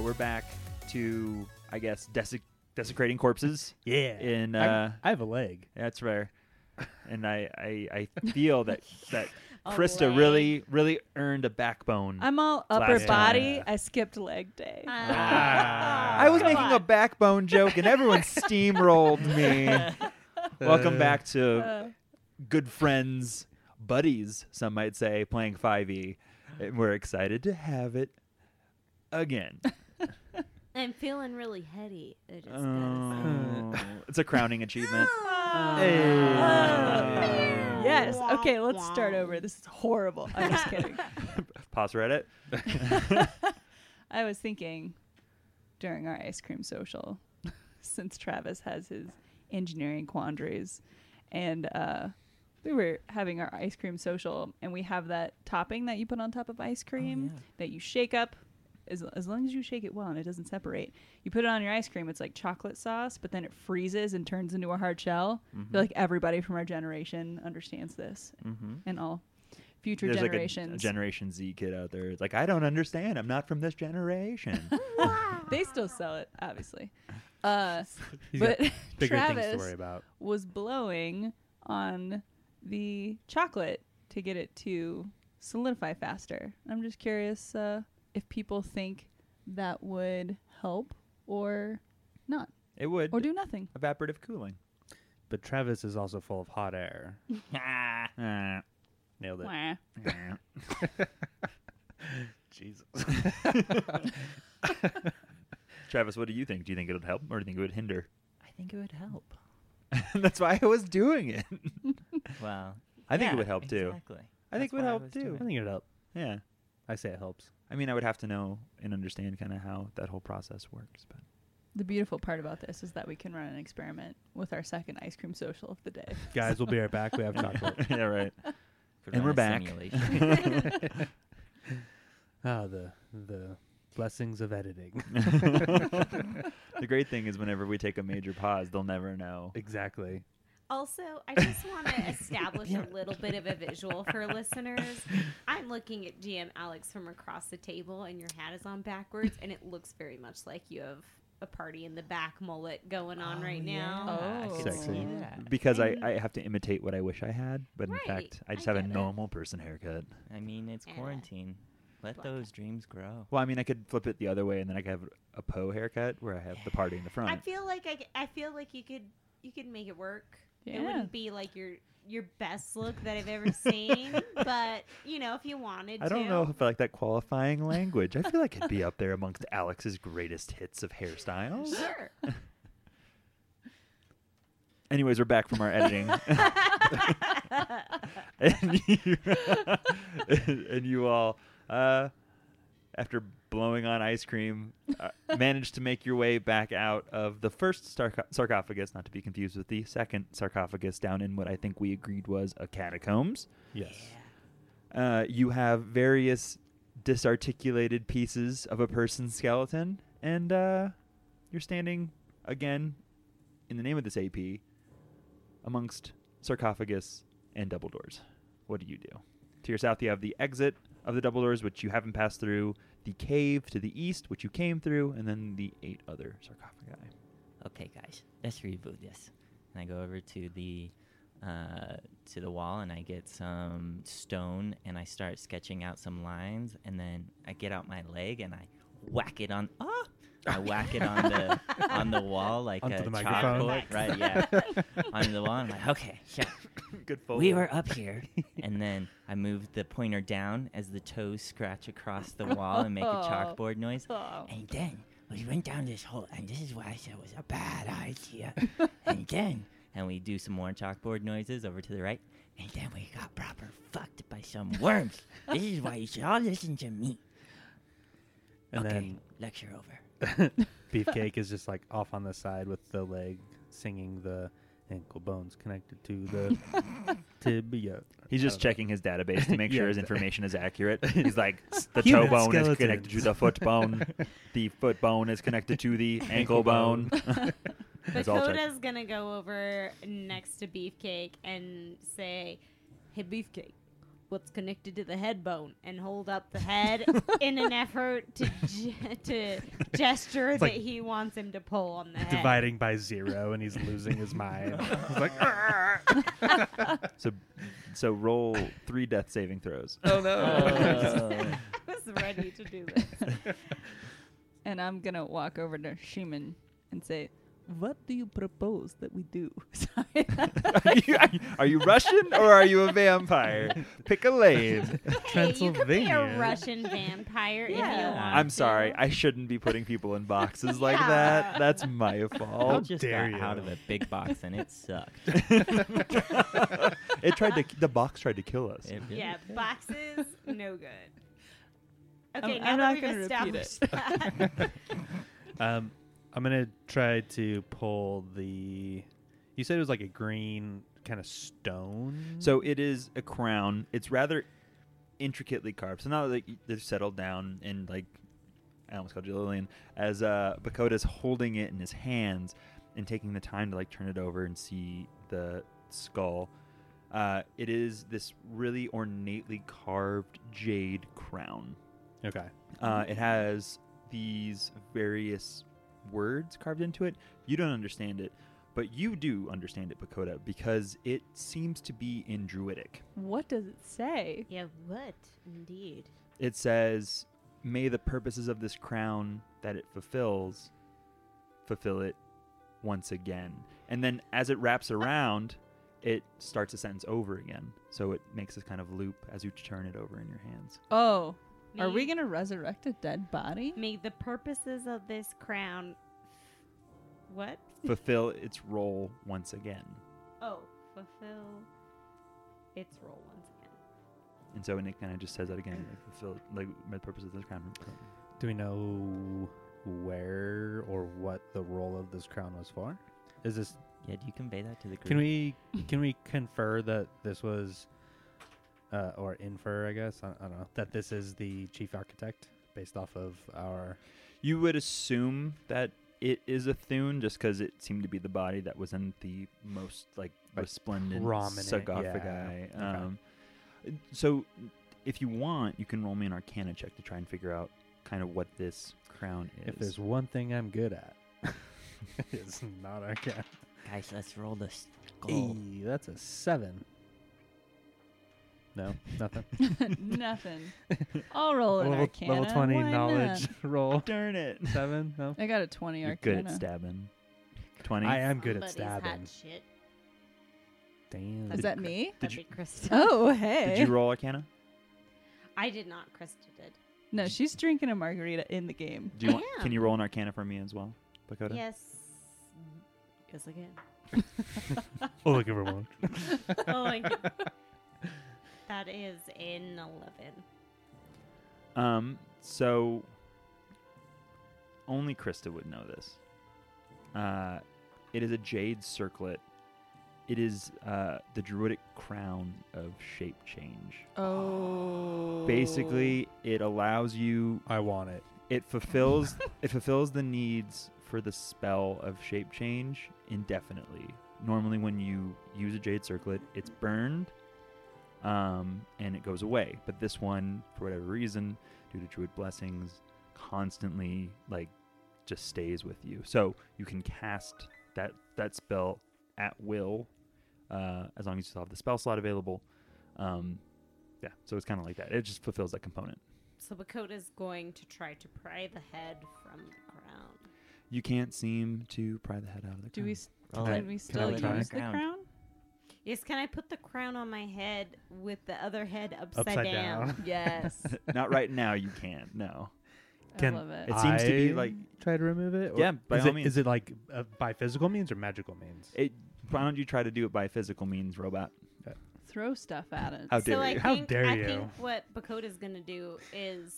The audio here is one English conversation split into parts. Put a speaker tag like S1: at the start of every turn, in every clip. S1: we're back to, I guess, desec- desecrating corpses.
S2: Yeah.
S1: In
S2: I-
S1: uh,
S2: I have a leg.
S1: that's rare, and I, I, I feel that that
S3: A
S1: Krista
S3: leg.
S1: really really earned a backbone.
S4: I'm all
S1: Last
S4: upper
S1: time.
S4: body. I skipped leg day.
S3: Uh.
S4: Uh,
S2: Ah.
S1: I was
S3: Come
S1: making a
S3: on.
S1: backbone joke, and everyone steamrolled me. Welcome
S2: Uh.
S1: back to
S4: Uh,
S1: good friends, buddies, some might say, playing 5e. And we're excited to have it again.
S3: I'm feeling really heady. I just gotta say.
S1: Oh, it's a crowning achievement.
S4: Oh. yes. Okay, let's start over. This is horrible. I'm just kidding.
S1: Pause Reddit.
S4: I was thinking during our ice cream social, since Travis has his engineering quandaries, and uh, we were having our ice cream social, and we have that topping that you put on top of ice
S1: Oh,
S4: cream that you shake up. As, as long as you shake it well and it doesn't separate, you put it on your ice cream. It's like chocolate sauce, but then it freezes and turns into a hard shell.
S1: Mm-hmm.
S4: I feel like everybody from our generation understands this, and all future
S1: There's like a- a,
S4: generations.
S1: Generation Z kid out there. It's like, I don't understand. I'm not from this generation.
S4: they still sell it, obviously. Uh,
S2: He's got
S4: but
S2: bigger things to
S4: Travis
S2: worry about.
S4: was blowing on the chocolate to get it to solidify faster. I'm just curious uh, if people think that would help or not,
S1: it would.
S4: or do nothing.
S1: evaporative cooling.
S2: But Travis is also full of hot air.
S1: Ah,
S2: Nailed it.
S4: Wah.
S1: ah.
S2: Jesus.
S1: Travis, what do you think? Do you think it'll help or do you think it would hinder?
S5: I think it would help.
S1: That's why I was doing it.
S5: Well,
S1: I think it
S5: yeah,
S1: would help too.
S5: Exactly.
S1: I think
S5: That's
S1: it would
S5: why I
S1: help
S5: was
S1: too.
S2: I think it helps.
S1: Yeah.
S2: I say it helps.
S1: I mean, I would have to know and understand kind of how that whole process works, but
S4: The beautiful part about this is that we can run an experiment with our second ice cream social of the day.
S2: Guys, we'll be right back. We have chocolate.
S1: yeah, right.
S5: Could
S1: And
S5: run
S1: we're
S5: a
S1: back.
S5: simulation.
S2: Ah, the the blessings of editing.
S1: The great thing is, whenever we take a major pause, they'll never know.
S2: exactly.
S3: Also, I just want to establish a little bit of a visual for listeners. I'm looking at GM Alex from across the table, and your hat is on backwards, and it looks very much like you have a party in the back mullet going on
S5: Oh,
S3: right now.
S5: yeah, Oh. I could see
S2: Sexy.
S5: that.
S1: Because I,
S3: And-
S1: I have to imitate what I wish I had, but
S3: Right,
S1: in fact, I
S3: I
S1: just have a
S3: get it.
S1: normal person haircut.
S5: I mean, it's
S3: Yeah.
S5: quarantine. Let
S3: Wow.
S5: those dreams grow.
S1: Well, I mean, I could flip it the other way, and then I could have a Poe haircut where I have the party in the front.
S3: I feel like I, c- I feel like you could you could make it work. It
S4: Yeah.
S3: wouldn't be like your your best look that I've ever seen, but you know, if you wanted
S1: I don't
S3: to.
S1: know if I like that qualifying language. I feel like it'd be up there amongst Alex's greatest hits of hairstyles.
S3: Sure.
S1: Anyways, we're back from our editing. and, you, and you all, uh, after blowing on ice cream, uh, managed to make your way back out of the first sarco- sarcophagus, not to be confused with the second sarcophagus, down in what I think we agreed was a catacombs.
S2: Yes.
S1: Uh, you have various disarticulated pieces of a person's skeleton, and uh, you're standing again in the name of this AP amongst sarcophagus and double doors. What do you do? To your south, you have the exit of the double doors, which you haven't passed through, the cave to the east, which you came through, and then the eight other sarcophagi.
S5: Okay, guys, let's reboot this. And I go over to the uh, to the wall and I get some stone and I start sketching out some lines and then I get out my leg and I whack it on. Ah! I whack it on the on the wall like
S2: Onto
S5: a
S2: the microphone.
S5: chalkboard, right? Yeah, onto the wall. and I'm like, okay, yeah.
S1: Good
S5: We were up here, and then I moved the pointer down as the toes scratch across the wall and make a chalkboard noise.
S4: Oh.
S5: And then we went down this hole, and this is why I said it was a bad idea. and then, and we do some more chalkboard noises over to the right, and then we got proper fucked by some worms. this is why you should all listen to me.
S2: And
S5: okay,
S2: then
S5: lecture over.
S2: Beefcake is just like off on the side with the leg singing the ankle bones connected to the tibia.
S1: He's just
S2: I don't know.
S1: checking his database to make sure
S2: Yeah,
S1: his
S2: exa-
S1: information is accurate. He's like, "S- the toe
S2: Human
S1: bone is connected to
S2: skeletons.
S1: the foot bone. The foot bone is connected to the ankle
S2: Ankle
S1: bone.
S2: bone.
S1: It's all checked.
S3: Dakota's gonna go over next to Beefcake and say, "Hey, Beefcake, what's connected to the head bone and hold up the head in an effort to ge- to gesture
S2: It's
S3: that
S2: like
S3: he wants him to pull on
S2: Oh.
S3: the head.
S2: Dividing by zero, and he's losing his mind. He's like,
S1: So, so roll three death saving throws.
S6: Oh no.
S5: Oh.
S3: I was ready to do this.
S4: and I'm gonna walk over to Schumann and say, "What do you propose that we do?" Sorry.
S1: are, you, are you Russian or are you a vampire? Pick a lane.
S3: Hey, you could be a
S2: Transylvania.
S3: Russian vampire if you
S4: Yeah.
S3: want.
S1: I'm sorry. I shouldn't be putting people in boxes like that. That's my
S5: I
S1: fault.
S5: just
S2: dare
S5: got
S2: you.
S5: out of a big box and it sucked.
S1: It tried to the box tried to kill us.
S5: It really
S3: Yeah,
S5: did.
S3: boxes, no good. Okay,
S4: I'm-
S3: now
S4: I'm
S3: that
S4: not
S3: we've
S4: gonna repeat it.
S3: established that.
S2: um, I'm gonna try to pull the. You said it was like a green kind of stone.
S1: So it is a crown. It's rather intricately carved. So now that y- they've settled down and like I almost called you Lillian, as uh Bakoda's holding it in his hands and taking the time to like turn it over and see the skull. Uh, it is this really ornately carved jade crown.
S2: okay.
S1: Uh, it has these various words carved into it. You don't understand it, but you do understand it, Pakoda, because it seems to be in Druidic.
S4: what does it say?
S3: yeah, what? Indeed.
S1: It says, May the purposes of this crown that it fulfills fulfill it once again. And then as it wraps around, it starts a sentence over again. So it makes this kind of loop as you turn it over in your hands.
S4: Oh, are
S3: May-
S4: we gonna resurrect a dead body?
S3: May the purposes of this crown. What?
S1: Fulfill its role once again.
S3: Oh, fulfill its role once again.
S1: And so, and it kind of just says that again, like, fulfill, like, my purpose of this crown.
S2: Do we know where or what the role of this crown was for? Is this
S5: Yeah, do you convey that to the group?
S2: Can we can we confer that this was, uh, or infer? I guess I, I don't know that this is the chief architect based off of our.
S1: You would assume that it is a Thune just because it seemed to be the body that was in the most, like,
S2: Like,
S1: resplendent
S2: prominent,
S1: sarcophagi.
S2: yeah. Okay.
S1: Um, so, if you want, you can roll me an arcana check to try and figure out kind of what this crown is.
S2: If there's one thing I'm good at, it's not our oh. cat.
S5: Guys, let's roll the skull.
S2: Hey, that's a seven. No, nothing.
S4: Nothing. I'll roll an
S2: level,
S4: arcana.
S2: level twenty
S4: Why not?
S2: knowledge roll
S1: Darn it.
S2: seven. No,
S4: I got a twenty
S1: You're
S4: arcana.
S1: good at stabbing. 20.
S2: I am good at
S3: Somebody's hot
S2: stabbing.
S3: shit.
S2: Damn.
S4: Is that me?
S1: Did
S3: That'd
S1: you-
S3: be Krista.
S4: Oh hey.
S1: Did you roll arcana?
S3: I did not. Krista did.
S4: no, she's drinking a margarita in the game.
S1: Do you
S3: I
S1: want, Can
S3: am.
S1: you roll an arcana for me as well, Dakota?
S3: Yes. Yes, I can.
S2: Oh, look, everyone.
S3: Oh my god. That is an 11.
S1: Um, so only Krista would know this. Uh, it is a jade circlet. It is uh, the druidic crown of shape change.
S4: Oh.
S1: Basically, it allows you.
S2: I want it.
S1: It fulfills. it fulfills the needs for the spell of shape change indefinitely. Normally, when you use a jade circlet, it's burned, um, and it goes away. But this one, for whatever reason, due to druid blessings, constantly like just stays with you. So you can cast that that spell at will, uh, as long as you still have the spell slot available. Um, yeah, so it's kind of like that. It just fulfills that component.
S3: So Bakoda's going to try to pry the head from the crown.
S1: You can't seem to pry the head out of the.
S4: Do
S1: crown.
S4: we? s-
S5: Roll
S4: can
S5: it.
S4: we
S2: I
S4: still
S2: try?
S4: use the
S5: Ground.
S4: crown?
S3: Yes, can I put the crown on my head with the other head upside,
S2: Upside
S3: down?
S2: down.
S4: Yes.
S1: Not right now. You can't. No.
S2: Can-
S4: I love it.
S1: It seems to be
S2: I
S1: like-
S2: try to remove it. or
S1: Yeah, by
S2: is
S1: all
S2: it,
S1: means.
S2: is it like uh, by physical means or magical means?
S1: It. Why don't you try to do it by physical means, robot?
S4: Throw stuff at it.
S1: How
S3: so
S1: dare
S3: I
S1: you?
S3: think,
S2: How dare
S3: I
S2: you.
S3: think what Bakoda's gonna do is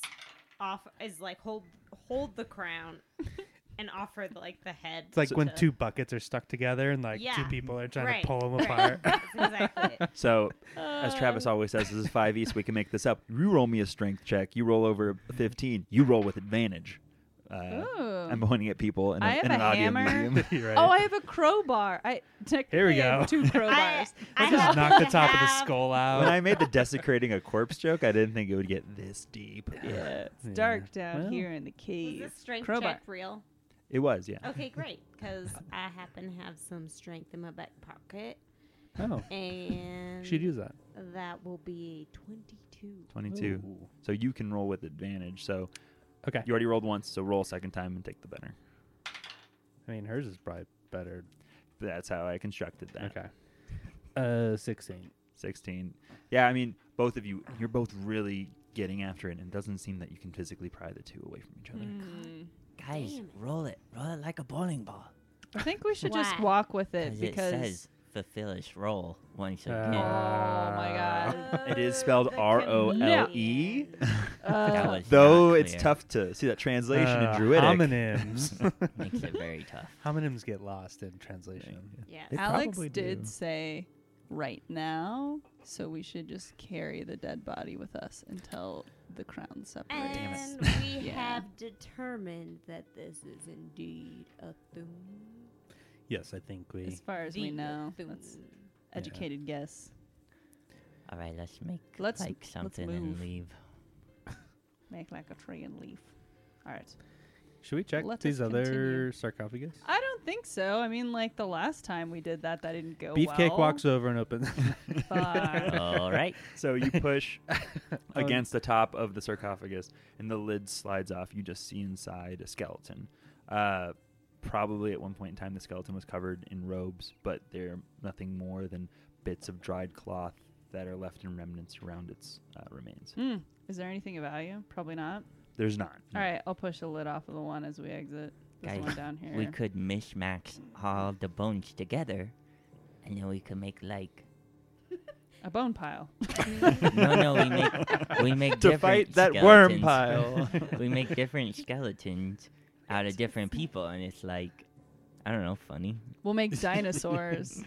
S3: off is like hold hold the crown and offer the, like the head.
S2: It's like
S1: So-
S2: when
S3: to-
S2: two buckets are stuck together and like two
S3: Yeah.
S2: people are trying
S3: Right,
S2: to pull them
S3: right.
S2: apart.
S3: That's exactly. it.
S1: So, as Travis
S4: Um.
S1: always says, this is five e, so we can make this up. You roll me a strength check. You roll over a fifteen. You roll with advantage. Uh,
S4: Ooh.
S1: I'm pointing at people in, a,
S4: I have
S1: in an
S4: a
S1: audio
S4: hammer.
S1: medium.
S2: You're
S4: Oh,
S2: right.
S4: I have a crowbar. I technically
S2: Here we
S4: I have
S2: go.
S4: two crowbars.
S3: I
S2: Let's just
S3: have
S2: knock the
S3: to
S2: top of the
S3: have-
S2: skull
S1: when
S2: out.
S1: I made the desecrating a corpse joke, I didn't think it would get this deep.
S4: yeah, it's
S2: Yeah.
S4: dark down
S2: Well.
S4: here in the
S3: Was
S4: cave.
S3: this strength
S4: crowbar.
S3: check real?
S1: It was, yeah.
S3: Okay, great. Because I happen to have some strength in my back pocket,
S2: Oh,
S3: and
S2: she'd use that.
S3: that will be a twenty-two.
S1: 22.
S2: Ooh.
S1: So you can roll with advantage. So
S2: Okay.
S1: you already rolled once, so roll a second time and take the winner.
S2: I mean, hers is probably better.
S1: That's how I constructed that.
S2: Okay. Uh, sixteen.
S1: 16. Yeah, I mean, both of you, you're both really getting after it, and it doesn't seem that you can physically pry the two away from each other.
S4: Mm.
S5: Guys,
S3: Damn it.
S5: roll it. Roll it like a bowling ball.
S4: I think we should just
S3: Why?
S4: walk with it
S5: 'Cause
S4: because
S5: it says fulfillish roll once
S2: Uh,
S5: again.
S4: Oh my God.
S1: It is spelled R O L E.
S5: That
S4: uh,
S5: was
S1: Though
S5: not
S1: it's
S5: clear.
S1: tough to see that translation
S2: Uh,
S1: in Druidic.
S2: Homonyms.
S5: Makes it very tough.
S2: homonyms get lost in translation.
S3: Yeah.
S1: They
S4: Alex
S1: probably
S4: did
S1: do.
S4: say right now, so we should just carry the dead body with us until the crown separates.
S5: Damn it.
S3: And we
S4: Yeah.
S3: have determined that this is indeed a thune.
S2: Yes, I think we.
S4: As far as we
S3: The
S4: know,
S3: thune.
S4: that's educated guess.
S5: All right, let's make
S4: Let's-
S5: like
S4: let's
S5: something and
S4: move.
S5: leave.
S4: Make like a tree and leaf. All right.
S2: Should we check
S4: Let us
S2: these
S4: continue.
S2: other sarcophagus?
S4: I don't think so. I mean, like the last time we did that, that didn't go Oh, well.
S2: Beefcake walks over and opens.
S4: Fuck.
S5: All right.
S1: So you push against the top of the sarcophagus, and the lid slides off. You just see inside a skeleton. Uh, probably at one point in time, the skeleton was covered in robes, but they're nothing more than bits of dried cloth that are left in remnants around its uh, remains.
S4: Hmm. Is there anything of value? Probably not.
S1: There's not.
S4: All right, I'll push the lid off of the one as we exit. This
S5: Guys,
S4: one down here.
S5: We could mishmash all the bones together, and then we could make like
S4: a bone pile.
S5: no, no, we make we make
S1: To
S5: different
S1: fight that worm
S5: skeletons.
S1: pile.
S5: we make different skeletons out of different people, and it's like I don't know, funny.
S4: We'll make dinosaurs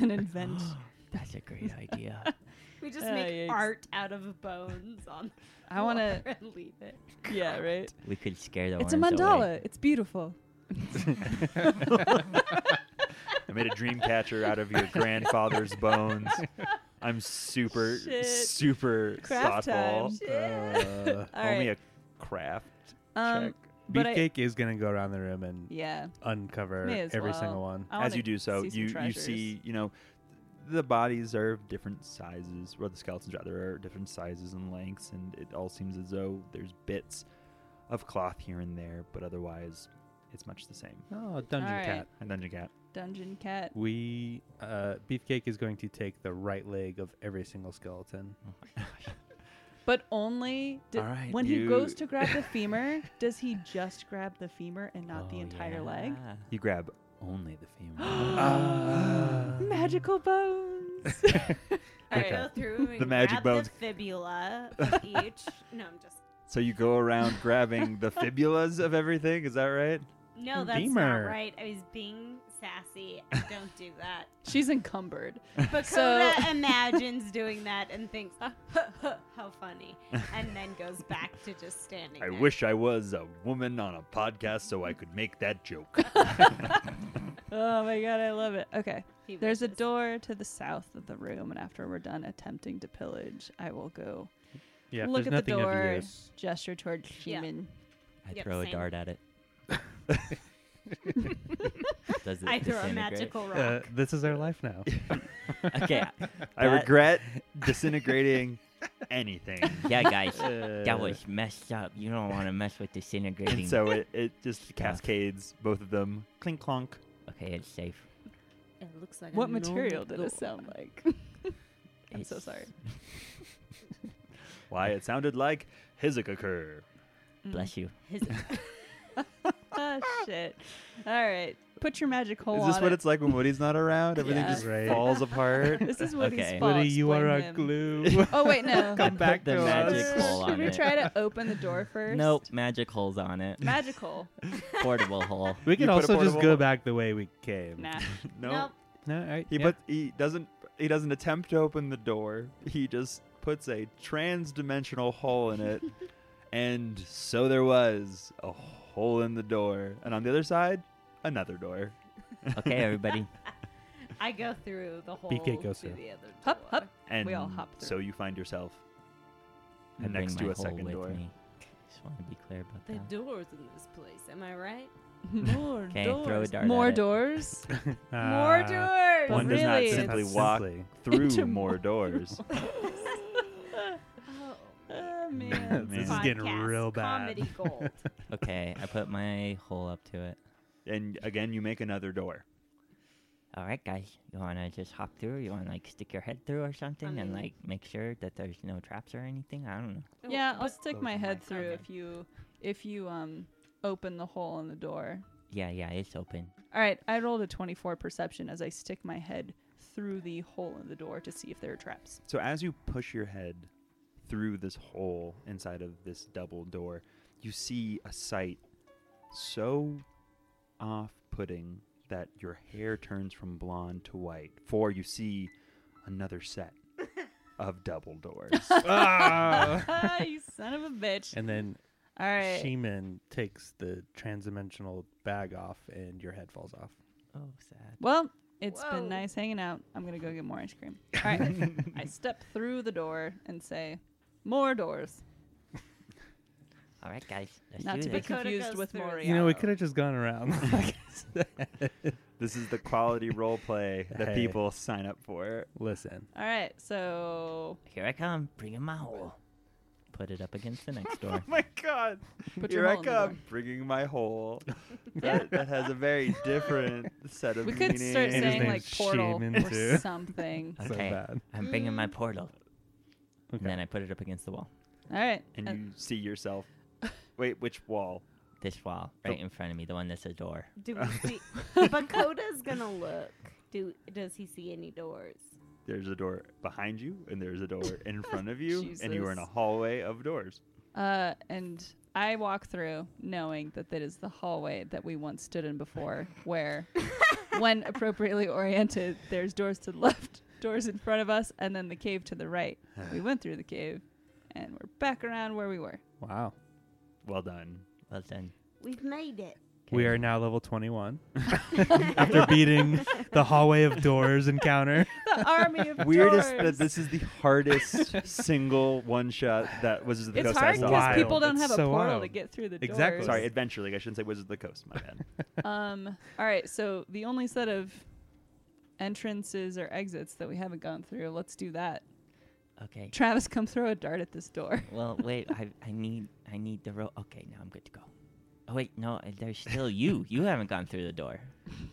S4: and invent.
S5: That's a great idea.
S3: We just
S4: Oh,
S3: make
S4: yikes.
S3: art out of bones on
S4: I want to.
S3: to leave it.
S4: Yeah, right.
S5: We could scare the
S4: It's a
S5: worms
S4: mandala.
S5: away.
S4: It's beautiful.
S1: I made a dream catcher out of your grandfather's bones. I'm super,
S4: Shit.
S1: super
S4: Craft
S1: thoughtful.
S4: time.
S2: Uh,
S4: All
S1: Only
S4: right.
S1: a craft
S4: Um,
S1: check.
S4: but I,
S2: Beefcake is gonna go around the room and
S4: yeah,
S2: uncover
S4: May as
S2: every
S4: well.
S2: single one.
S4: I
S1: as
S4: wanna
S1: you do so,
S4: see some
S1: you you
S4: treasures.
S1: see you know the bodies are of different sizes, or the skeletons rather are different sizes and lengths, and it all seems as though there's bits of cloth here and there, but otherwise it's much the same.
S2: Oh, dungeon
S4: All right.
S2: cat.
S1: And Dungeon Cat,
S4: dungeon cat.
S2: We uh, Beefcake is going to take the right leg of every single skeleton.
S4: But only d-
S1: All right,
S4: when he
S1: you-
S4: goes to grab the femur, does he just grab the femur and not the
S5: Oh,
S4: entire leg?
S5: yeah.
S1: you grab
S5: Only the female.
S4: Magical bones.
S3: I
S2: Okay.
S3: go through and
S1: The magic
S3: grab
S1: bones.
S3: the fibula of each. No, I'm just.
S1: so you go around grabbing the fibulas of everything. Is that right?
S3: No, that's
S2: Beamer.
S3: not right. I was being sassy. Don't do that.
S4: She's encumbered.
S3: But
S4: So-
S3: Coda imagines doing that and thinks, how funny. And then goes back to just standing
S1: I
S3: there.
S1: wish I was a woman on a podcast so I could make that joke.
S4: Oh my god, I love it. Okay.
S3: He
S4: There's a
S3: wishes.
S4: door to the south of the room, and after we're done attempting to pillage, I will go
S2: Yeah, if
S4: Look
S2: there's
S4: at the
S2: nothing of
S4: door.
S2: use-
S4: gesture towards
S3: Yeah.
S4: human.
S5: I
S3: Yep,
S5: throw a
S3: same.
S5: dart at it. Does it
S3: I throw a
S5: disintegrate?
S3: magical rock.
S2: Uh, this is our life now.
S5: Okay.
S1: I
S5: That-
S1: regret disintegrating anything.
S5: Yeah, guys.
S1: Uh,
S5: That was messed up. You don't want to mess with disintegrating.
S1: And so it, it just
S5: Stuff.
S1: cascades both of them. Clink clonk.
S5: okay, it's safe.
S3: it looks like
S4: What
S3: a normal
S4: material did
S3: door.
S4: it sound like? I'm so
S5: It's-
S4: sorry.
S1: Why it sounded like Hizukakur.
S5: Bless you.
S3: His,
S4: oh shit. All right. Put your magic hole
S1: Is this
S4: on
S1: what
S4: it.
S1: it's like when Woody's not around? Everything
S4: Yeah.
S1: just
S2: Right.
S1: falls apart.
S4: This is Woody's
S5: Okay.
S4: fault.
S2: Woody, you
S4: Blame
S2: are our
S4: him.
S2: glue.
S4: Oh wait, no.
S5: I
S2: Come
S5: put
S2: back
S5: the
S2: to
S5: magic
S2: us.
S5: hole
S4: Should
S5: on
S4: we
S5: it.
S4: try to open the door first?
S5: Nope, magic holes on it.
S4: Magical.
S5: Portable hole.
S2: We could
S1: put a
S2: also just
S1: portable-
S2: go back the way we came.
S4: Nah.
S1: no.
S3: nope.
S2: No, all right.
S1: He
S2: yeah.
S1: put he doesn't he doesn't attempt to open the door. He just puts a trans-dimensional hole in it. and so there was a hole in the door, and on the other side, another door.
S5: Okay, everybody.
S3: I go through the whole.
S2: BK goes
S3: to
S2: through.
S3: the other
S4: Hup, hup.
S3: door.
S1: And
S4: all hop through.
S1: so you find yourself
S5: I
S1: And
S5: bring
S1: next
S5: my
S1: to a
S5: hole
S1: second
S5: with
S1: door.
S5: Me. Just want to be clear about
S3: The
S5: that.
S3: doors in this place. Am I right?
S4: More
S5: Okay,
S4: doors.
S5: throw a dart
S4: More
S5: at it.
S4: doors. More
S2: Ah,
S4: doors.
S1: One
S4: really.
S1: does not
S4: It's-
S1: simply
S2: That's
S1: walk
S2: simply-
S1: through
S4: Into
S1: more
S4: more
S1: doors.
S3: Oh,
S4: Oh,
S1: Man.
S4: man.
S2: This is
S1: Podcast,
S2: getting real bad.
S3: Comedy gold.
S5: Okay, I put my hole up to it.
S1: and again, you make another door.
S5: All right, guys, you want to just hop through? You want to like stick your head through or something, and
S3: mean-
S5: like make sure that there's no traps or anything? I don't know.
S4: Yeah, I'll
S3: But
S4: stick
S2: Those
S4: my
S2: are
S4: head
S5: my
S4: through
S5: okay.
S4: if you if you um open the hole in the door.
S5: Yeah, yeah, it's open.
S4: All right, I rolled a 24 perception as I stick my head through the hole in the door to see if there are traps.
S1: So as you push your head through this hole inside of this double door, you see a sight so off-putting that your hair turns from blonde to white. For you see another set of double doors.
S4: Ah, you son of a bitch.
S2: And then
S4: All right.
S2: Sheeman takes the transdimensional bag off, and your head falls off.
S5: Oh, sad.
S4: well, it's
S3: Whoa.
S4: been nice hanging out. I'm going to go get more ice cream. All right. I step through the door and say, "More doors."
S5: All right, guys, let's
S4: Not
S5: do
S4: to be
S5: this.
S3: Dakota
S4: confused
S3: goes
S4: with
S3: through.
S4: Moriarty.
S2: You know, we could have just gone around. like I said.
S1: this is the quality role play that
S2: Hey.
S1: people sign up for.
S2: Listen,
S4: All right. So,
S5: Here I come. Bring in my hole. Put it up against the next door.
S1: Oh my god.
S4: Put
S1: Here
S4: your
S1: I
S4: hole in the
S1: come,
S4: door.
S1: bringing my hole. that, that has a very different set of
S4: We could start
S1: meanings.
S2: his
S4: saying like
S2: name's
S4: portal
S2: Shaman, too.
S4: or something.
S2: so
S5: Okay.
S2: bad.
S5: I'm bringing
S4: Mm.
S5: my portal.
S2: Okay.
S5: And then I put it up against the wall.
S4: All right.
S1: and
S4: Uh,
S1: you see yourself. Wait, which wall?
S5: This wall, right in front of me, the one that's a door.
S3: Do we see? Bakoda's gonna look. Do does he see any doors?
S1: There's a door behind you, and there's a door in front of you, and you are in a
S4: Jesus.
S1: hallway of doors.
S4: uh, and I walk through knowing that that is the hallway that we once stood in before, where, when appropriately oriented, there's doors to the left, doors in front of us, and then the cave to the right. we went through the cave, and we're back around where we were.
S2: Wow.
S1: Well done.
S5: Well done.
S3: We've made it.
S2: We
S5: Okay.
S2: are now level 21 after beating the hallway of doors encounter.
S4: The army of
S1: Weirdest
S4: doors.
S1: that this is the hardest single one shot that Wizards of the
S4: it's
S1: Coast
S4: hard
S1: I saw.
S2: Wild.
S4: because people don't
S2: It's
S4: have a
S2: so
S4: portal
S2: wild.
S4: to get through the
S2: Exactly.
S4: doors.
S1: Sorry, Adventure League. I shouldn't say Wizards of the Coast. My bad.
S4: Um. All right. So the only set of entrances or exits that we haven't gone through. Let's do that.
S5: Okay.
S4: Travis, come throw a dart at this door.
S5: Well, wait. I, I need I need the rope. Okay, now I'm good to go. Oh wait, no. uh, There's still you. You haven't gone through the door.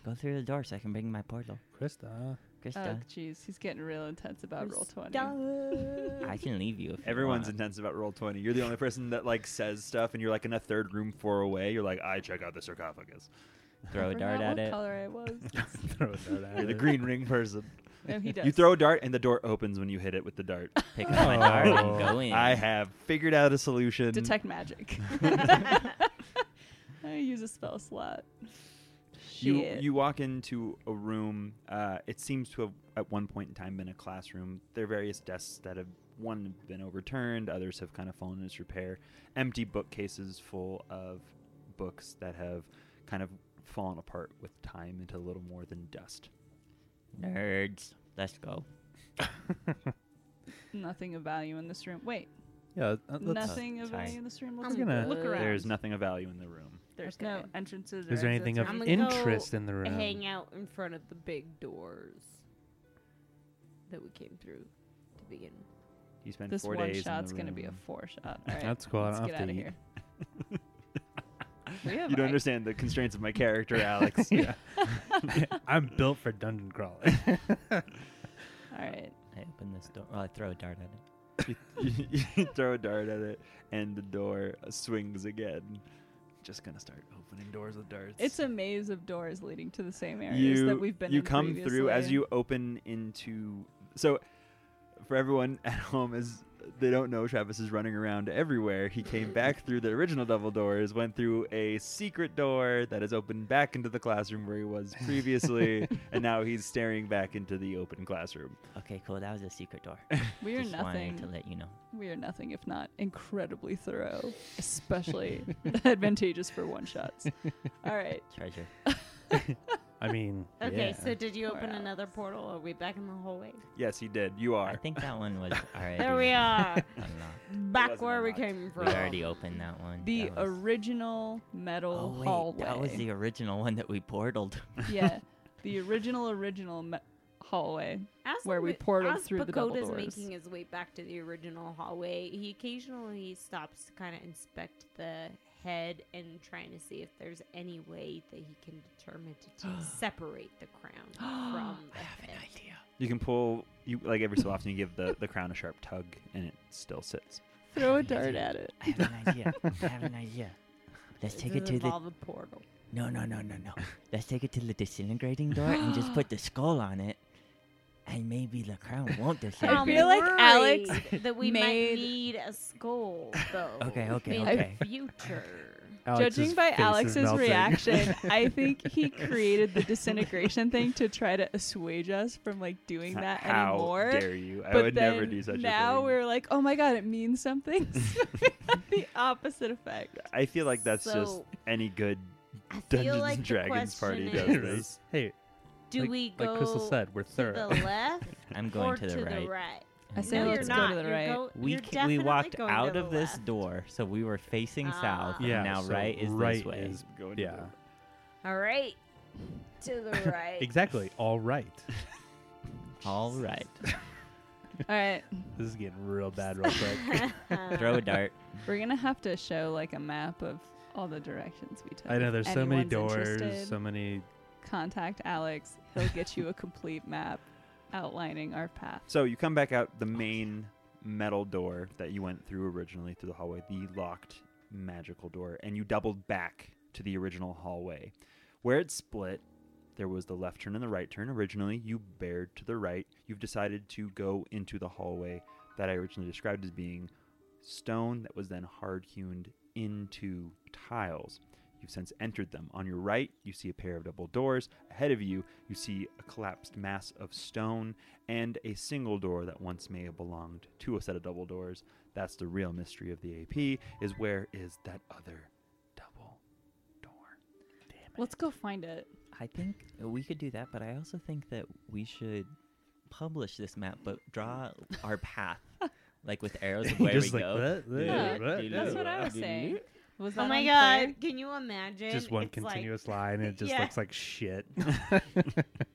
S5: Go through the door so I can bring my portal,
S2: Krista.
S4: Oh,
S5: Krista.
S4: jeez, he's getting real intense about roll twenty.
S5: I can leave you. If
S1: Everyone's
S5: you want.
S1: intense about roll twenty. You're the only person that like says stuff, and you're like in a third room far away. You're like, I check out the sarcophagus.
S5: throw a
S4: Forgot
S5: dart at
S4: what
S5: it.
S4: color I was.
S2: Throw it out at
S1: You're the
S2: it.
S1: green ring person.
S4: no, he does.
S1: You throw a dart, and the door opens when you hit it with the dart.
S5: Pick up my dart
S2: Oh.
S5: and go in.
S1: I have figured out a solution.
S4: detect magic. I use a spell slot.
S1: you
S4: Shit.
S1: you walk into a room. Uh, it seems to have at one point in time been a classroom. There are various desks that have one have been overturned, others have kind of fallen in disrepair. Empty bookcases full of books that have kind of fallen apart with time into little more than dust.
S5: Nerds. Let's go.
S4: Nothing of value in this room. Wait,
S2: Yeah, uh, let's-
S4: nothing of
S5: sorry.
S4: value in this room. Let's
S3: I'm
S2: gonna-
S4: look around.
S1: There's nothing of value in the room.
S4: There's
S3: Okay.
S4: no entrances. or
S2: Is there anything of
S4: exits or
S3: I'm gonna
S2: interest
S3: go
S2: in the room?
S3: Hang out in front of the big doors that we came through to begin. with.
S1: You spend
S4: This
S1: four
S4: one
S1: days. in
S4: shot's
S1: the
S4: gonna be a
S1: room.
S4: four shot. All right,
S2: That's cool, I
S4: Let's
S2: don't
S4: get
S2: have to
S4: out of
S2: eat.
S4: here. we have
S1: You don't
S4: ice-
S1: understand the constraints of my character, Alex.
S2: yeah. I'm built for dungeon crawling.
S4: All right.
S5: I open this door. Well, I throw a dart at it.
S1: you, you throw a dart at it, and the door swings again. Just gonna start opening doors with darts.
S4: It's a maze of doors leading to the same areas
S1: you,
S4: that we've been.
S1: You
S4: in
S1: come through as
S4: previously.
S1: you open into. So, for everyone at home, as they don't know Travis is running around everywhere. He came back through the original double doors, went through a secret door that is open back into the classroom where he was previously, and now he's staring back into the open classroom.
S5: Okay, cool. That was a secret door.
S4: We are
S5: Just wanted to
S4: nothing.
S5: let you know.
S4: We are nothing if not incredibly thorough, especially advantageous for one shots. All right.
S5: Treasure.
S2: I mean,
S3: Okay,
S2: yeah.
S3: so did you open
S4: Wow.
S3: another portal? Or are we back in the hallway?
S1: Yes, he did. You
S5: I
S1: are.
S5: think that one was already.
S3: There we are.
S5: unlocked.
S3: back where we
S1: unlocked.
S3: came
S5: We
S3: from.
S5: already opened that one.
S4: The
S5: That was-
S4: original metal
S5: Oh wait,
S4: hallway.
S5: that was the original one that we portaled.
S4: yeah, the original original me- hallway.
S3: As
S4: where we
S3: Ma-
S4: portaled
S3: as
S4: through the double
S3: Pagoda's
S4: doors.
S3: making his way back to the original hallway, he occasionally stops to kind of inspect the head and trying to see if there's any way that he can determine to t- separate the crown from the head.
S4: idea.
S1: You can pull you like every so often you give the, the crown a sharp tug and it still sits.
S4: Throw a dart at it.
S5: I have an idea. I have an idea. Let's take it to the
S3: involve a portal.
S5: no no no no no. Let's take it to the disintegrating door and just put the skull on it, and maybe the crown won't disintegrate.
S3: Um,
S4: I feel like Alex
S3: worried that we
S4: made-
S3: might need a skull, though.
S5: Okay, okay,
S3: in
S5: okay.
S3: the future.
S2: Alex's
S4: Judging by
S2: face is
S4: Alex's
S2: melting.
S4: reaction, I think he created the disintegration thing to try to assuage us from like doing that
S1: How
S4: anymore.
S1: dare you? I
S4: But
S1: would never
S4: then
S1: do such a
S4: now
S1: thing.
S4: we're like, oh my god, it means something. So we had the opposite effect.
S1: I feel like that's just
S3: So-
S1: any good
S3: I feel
S1: Dungeons
S3: like
S1: and
S3: the
S1: Dragons party
S3: question
S1: does
S3: is,
S1: this.
S2: Hey,
S3: Do
S2: like,
S3: we go
S2: like Crystal said, we're
S3: to
S2: thorough.
S3: the left
S5: I'm
S3: or
S5: going to the right.
S4: I say
S3: No,
S4: let's
S3: you're
S4: go to
S3: not.
S4: the
S3: You're
S4: right.
S3: go-
S5: We
S3: you're
S5: c- we walked
S3: definitely going to
S5: out
S3: the
S5: of this
S3: left.
S5: door, so we were facing south.
S3: Ah.
S2: Yeah,
S5: now
S2: so
S5: right is this
S2: right
S5: way.
S2: is-
S1: Going to
S2: yeah,
S1: the-
S3: All right. To the right.
S2: exactly. All right.
S5: All right.
S4: All right,
S2: This is getting real bad real quick.
S5: Throw a dart.
S4: we're gonna have to show like a map of all the directions we took.
S2: I know
S4: If
S2: there's so many
S4: anyone's
S2: doors,
S4: interested,
S2: so many.
S4: Contact Alex; he'll get you a complete map outlining our path.
S1: So you come back out the main metal door that you went through originally through the hallway, the locked magical door, and you doubled back to the original hallway. Where it split, there was the left turn and the right turn originally. You bared to the right. You've decided to go into the hallway that I originally described as being stone that was then hard hewn into tiles. You've since entered them. On your right, you see a pair of double doors. Ahead of you, you see a collapsed mass of stone and a single door that once may have belonged to a set of double doors. That's the real mystery of the AP is where is that other double door?
S4: Let's go find it.
S5: I think we could do that, but I also think that we should publish this map, but draw our path, like with arrows of where
S2: Just
S5: we
S2: like,
S5: go.
S2: "What? What?
S4: Yeah,
S2: What?
S4: That's
S2: Yeah.
S4: what I was saying. Was that
S3: Oh my
S4: unclear?
S3: god, can you imagine?
S2: Just one
S3: It's like-
S2: continuous line. It just
S3: Yeah.
S2: looks like shit.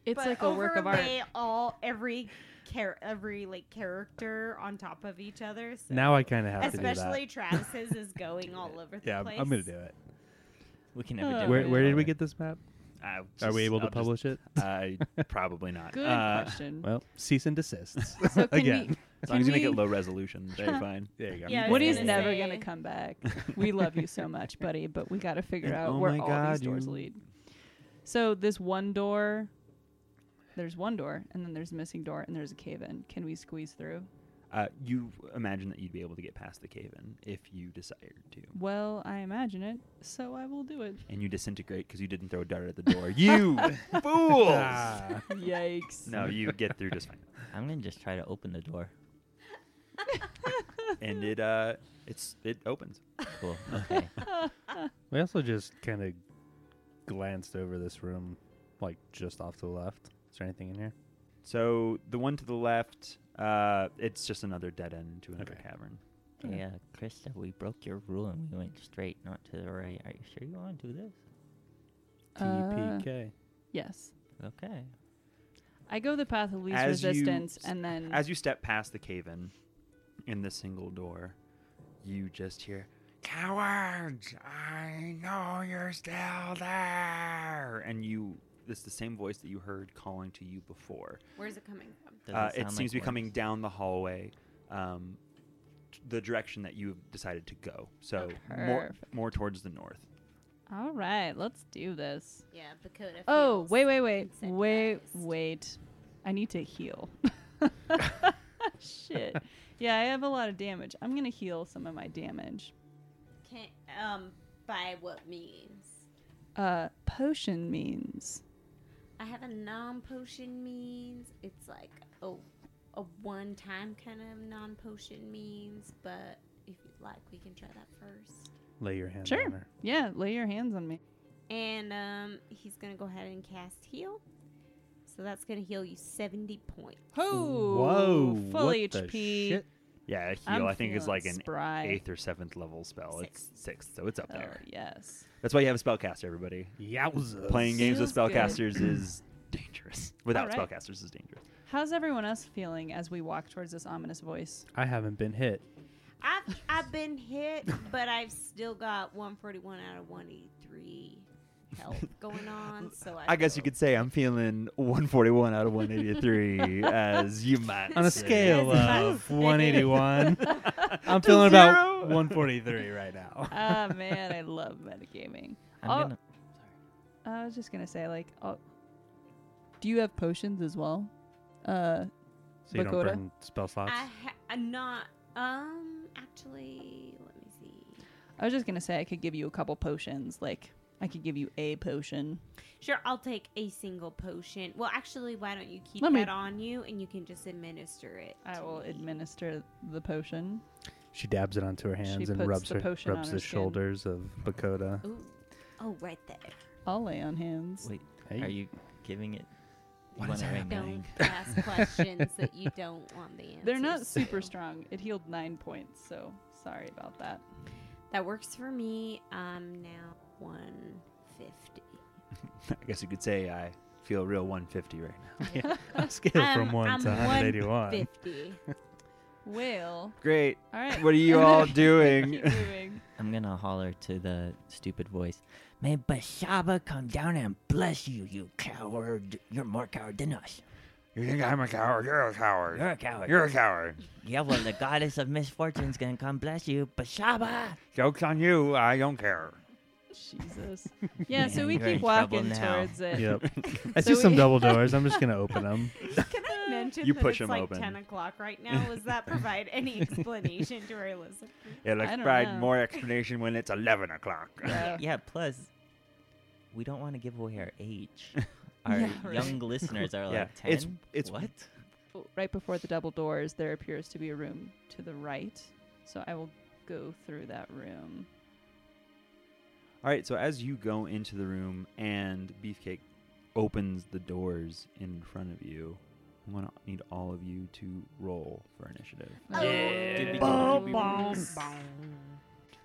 S4: It's
S3: but
S4: like a work of art.
S3: overlay all every char- every like character on top of each other. So.
S2: now I kind of have to do
S3: Especially
S2: that.
S3: Travis's is going all over the
S2: Yeah, I'm,
S3: place.
S2: I'm gonna do it.
S5: We can never
S4: Uh,
S5: do.
S2: Oh, Where,
S5: it
S2: where did we
S5: together.
S2: get this map?
S1: I
S2: Are
S1: just-
S2: we able to
S1: I'll just-
S2: publish it?
S1: I probably not.
S4: Good
S1: Uh,
S4: question.
S2: Well, cease and desists.
S4: So can
S2: Again,
S4: we?
S1: As long as you
S4: Can
S1: make it
S4: we-
S1: low resolution, that'd be fine.
S2: there you go.
S3: Yeah, I was
S4: Woody's
S3: gonna
S4: never
S3: say-
S4: gonna come back. we love you so much, buddy, but we got to figure
S1: And
S4: out
S1: oh
S4: where
S1: my
S4: all
S1: God,
S4: these doors
S1: you-
S4: lead. So this one door, there's one door, and then there's a missing door, and there's a cave in. Can we squeeze through?
S1: Uh, you imagine that you'd be able to get past the cave in if you desired to.
S4: Well, I imagine it, so I will do it.
S1: And you disintegrate because you didn't throw a dart at the door. You fools!
S2: Ah.
S4: Yikes!
S1: no, you get through just fine.
S5: I'm gonna just try to open the door.
S1: And it uh, it's it opens.
S5: Cool. Okay.
S2: We also just kind of glanced over this room, like just off to the left. Is there anything in here?
S1: So the one to the left, uh, it's just another dead end to another
S2: Okay.
S1: cavern.
S5: Hey, uh, Krista, we broke your rule and we went straight, not to the right. Are you sure you want to do this?
S4: Uh,
S2: TPK.
S4: yes,
S5: Okay.
S4: I go the path of least
S1: As you
S4: resistance,
S1: s-
S4: and then
S1: As you step past the cave in, in the single door, you just hear cowards. I know you're still there. And you, it's the same voice that you heard calling to you before.
S3: Where's it coming from?
S5: Does
S1: Uh, it
S5: sound
S1: seems
S5: like
S1: to be coming
S5: words?
S1: down the hallway, um, t- the direction that you've decided to go. So more,
S4: Oh, Perfect.
S1: more towards the north.
S4: all right, let's do this.
S3: Yeah, Pagoda.
S4: Oh,
S3: feels
S4: wait, wait, wait,
S3: it's
S4: wait,
S3: advised.
S4: wait. I need to heal. Shit. Yeah, I have a lot of damage. I'm gonna heal some of my damage.
S3: Can, um, by what means?
S4: Uh, potion means
S3: I have a non-potion means. It's like a a one-time kind of non-potion means, but if you'd like, we can try that first.
S2: Lay your hand
S4: Sure.
S2: on her.
S4: yeah. Lay your hands on me.
S3: And um, he's gonna go ahead and cast heal. So that's gonna heal you seventy points.
S4: Ho!
S2: Whoa!
S4: Full
S2: what the
S4: HP.
S2: shit?
S1: Yeah, heal
S4: I'm
S1: i think is
S4: feeling
S1: like an
S4: spry.
S1: eighth or seventh level spell. It's sixth, so it's up
S4: Oh,
S1: there.
S4: yes.
S1: That's why you have a spellcaster, everybody.
S2: Yowzas.
S1: Playing games with
S4: Feels good.
S1: spellcasters is dangerous. Without
S4: Alright.
S1: spellcasters is dangerous.
S4: How's everyone else feeling as we walk towards this ominous voice?
S2: I haven't been hit.
S3: I've I've been hit, but I've still got one forty-one out of one eighty-three health going on. So I,
S1: I guess you
S3: feel-
S1: could say I'm feeling 141 out of 183, as you might
S2: On a
S1: say.
S2: scale of 181, I'm
S1: To
S2: feeling about
S1: zero.
S2: 143 right now.
S4: Ah man, I love metagaming.
S5: I'm
S4: Oh.
S5: gonna.
S4: I was just gonna say, like, oh, do you have potions as well? Uh,
S2: So you don't
S4: Bakoda?
S2: burn spell slots?
S3: I ha- I'm not. Um, actually, let me see.
S4: I was just gonna say I could give you a couple potions. Like, I could give you a potion.
S3: Sure, I'll take a single potion. Well, actually, why don't you keep
S4: Let me-
S3: that on you and you can just administer it?
S4: I
S3: to
S4: will
S3: me.
S4: administer the potion.
S2: She dabs it onto her hands and
S4: puts
S2: rubs
S4: the
S2: her
S4: potion on
S2: rubs
S4: her
S2: the
S4: skin.
S2: shoulders of Bakoda.
S3: Ooh. Oh, right there.
S4: I'll lay on hands.
S5: Wait,
S2: Hey.
S5: are you giving it?
S1: What
S5: you
S1: is
S5: want it right now?
S3: Don't ask questions that you don't want the answers.
S4: They're not
S3: to.
S4: super strong. It healed nine points, so sorry about that.
S3: That works for me. I'm now 150.
S1: I guess you could say I feel real 150 right now.
S2: On a scale
S3: I'm-
S2: from 1
S3: I'm
S2: to 181.
S3: 150.
S4: Well,
S1: Great.
S4: all right.
S1: What are you all
S4: Keep
S1: doing?
S4: moving.
S5: I'm gonna holler to the stupid voice. May Bashaba come down and bless you, you coward. You're more coward than us.
S1: You think I'm a coward? You're a coward.
S5: You're a coward.
S1: You're a coward.
S5: yeah, well, the goddess of misfortune's gonna come bless you, Bashaba.
S1: Joke's on you. I don't care.
S4: Jesus. Yeah, so
S5: Man,
S4: we
S5: you're in
S4: keep
S5: trouble
S4: walking
S5: now.
S4: towards it.
S2: Yep. I
S4: So
S2: see some
S4: we-
S2: double doors. I'm just going to open them.
S3: Can I mention
S1: You
S3: that
S1: push
S3: it's
S1: him
S3: like
S1: open.
S3: 10 o'clock right now? Does that provide any explanation to our listeners?
S1: It'll
S4: I don't
S1: provide
S4: know.
S1: more explanation when it's 11 o'clock.
S4: Yeah.
S5: Yeah, plus, we don't want to give away our age. Our
S4: Yeah, right.
S5: young listeners are
S1: Yeah,
S5: like 10.
S1: it's- it's-
S5: what?
S4: Right before the double doors, there appears to be a room to the right. So I will go through that room.
S1: All right, so as you go into the room and Beefcake opens the doors in front of you, I'm going to need all of you to roll for initiative.
S5: Yeah.
S3: Boom, boom, boom.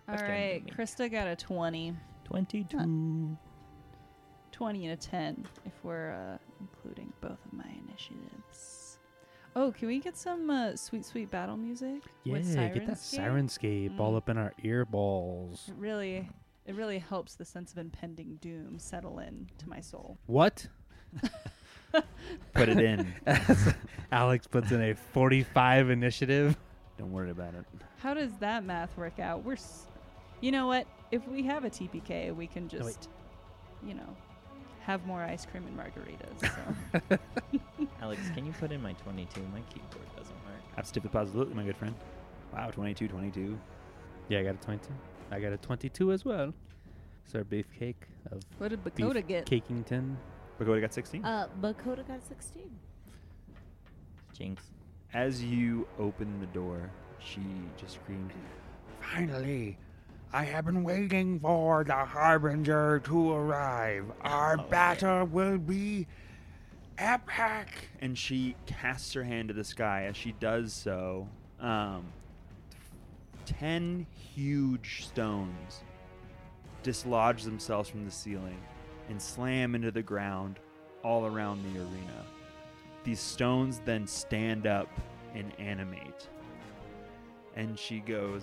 S4: All
S5: Okay,
S4: right,
S5: maybe.
S4: Krista got a 20.
S5: 22.
S4: 20 and a 10 if we're uh, including both of my initiatives. Oh, can we get some uh, sweet, sweet battle music?
S2: Yeah,
S4: with
S2: get that
S4: Sirenscape?
S2: sirenscape all
S4: Mm.
S2: up in our ear balls.
S4: It really, it really helps the sense of impending doom settle in to my soul.
S2: What?
S1: Put it in.
S2: Alex puts in a 45 initiative.
S1: don't worry about it.
S4: How does that math work out? We're, s- you know what? If we have a TPK, we can
S2: wait.
S4: just, you know, have more ice cream and margaritas. So.
S5: Alex, can you put in my 22? My keyboard doesn't work.
S1: Absolutely, positively, my good friend. Wow, 22, 22.
S2: Yeah, I got a 22. I got a 22 as well. It's our beef cake of
S4: what did Bakota
S2: beef
S4: get?
S2: Cakington.
S1: Pagoda got 16.
S3: Uh, Bakota got 16.
S5: Jinx.
S1: As you open the door, she just screams,
S6: Finally, I have been waiting for the Harbinger to arrive. Our
S5: Oh.
S6: battle will be epic.
S1: and she casts her hand to the sky. As she does so, um, ten huge stones dislodge themselves from the ceiling and slam into the ground all around the arena. These stones then stand up and animate. And she goes,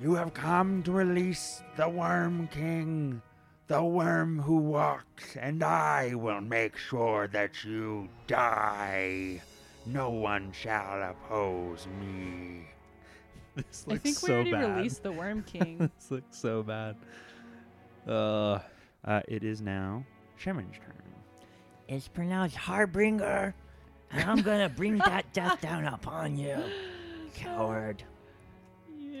S6: You have come to release the Worm King, the worm who walks, and I will make sure that you die. No one shall oppose me.
S2: This
S4: I
S2: looks
S4: think we
S2: so
S4: already
S2: bad.
S4: released the Worm King.
S2: this looks so bad. Uh,
S1: uh, It is now Shaman's turn.
S5: It's pronounced Harbinger. And I'm gonna bring that death down upon you. Coward.
S4: Yeah.